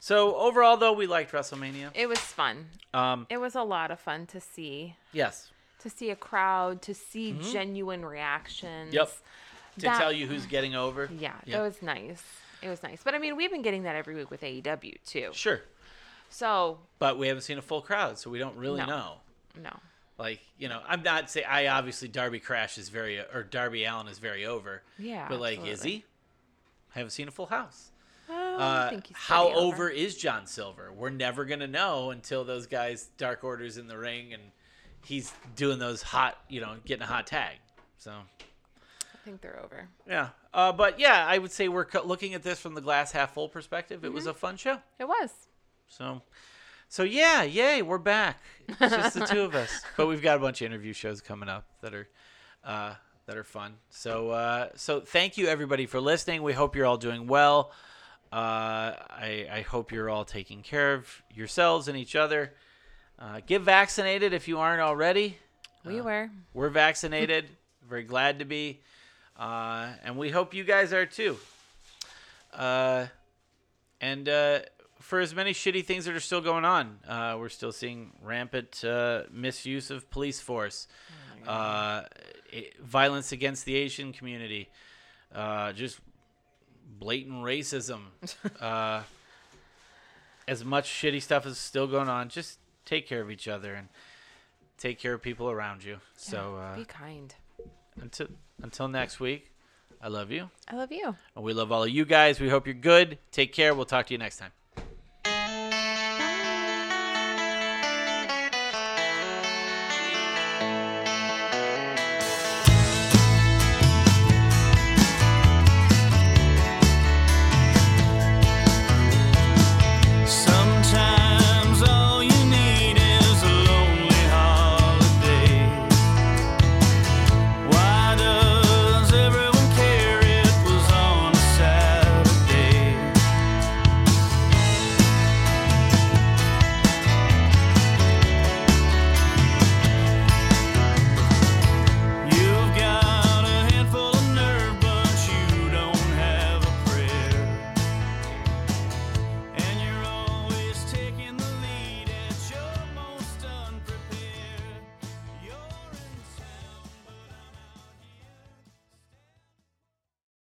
so overall though, we liked WrestleMania.
It was fun.
Um,
It was a lot of fun to see.
yes.
to see a crowd, to see genuine reactions.
Mm-hmm. Yep. To
That-
tell you who's getting over.
Yeah,
Yeah.
that was nice. It was nice. But I mean, we've been getting that every week with AEW too.
Sure.
So,
But we haven't seen a full crowd, so we don't really
No.
know.
no.
Like you know, I'm not saying I obviously Darby Crash is very or Darby Allen is very over.
Yeah,
But like, is
absolutely.
he? Haven't seen a full house.
Well, I
Uh,
think he's
how
pretty
over. is John Silver? We're never gonna know until those guys Dark Order's in the ring and he's doing those hot, you know, getting a hot tag. So
I think they're over.
yeah, uh, but yeah, I would say we're co- looking at this from the glass half full perspective. It
Mm-hmm.
was a fun show.
It was.
So, so yeah, yay, we're back. It's just the two of us, but we've got a bunch of interview shows coming up that are, uh, that are fun. So, uh, so thank you everybody for listening. We hope you're all doing well. Uh, I, I hope you're all taking care of yourselves and each other. Uh, get vaccinated if you aren't already. Uh,
We were.
We're vaccinated. Very glad to be. Uh, and we hope you guys are too. Uh, and uh, for as many shitty things that are still going on, uh, we're still seeing rampant uh, misuse of police force, uh, it- violence against the Asian community, uh, just blatant racism. uh, as much shitty stuff is still going on, just take care of each other and take care of people around you. So uh,
Be kind.
until until next week, I love you.
I love you.
And we love all of you guys. We hope you're good. Take care. We'll talk to you next time.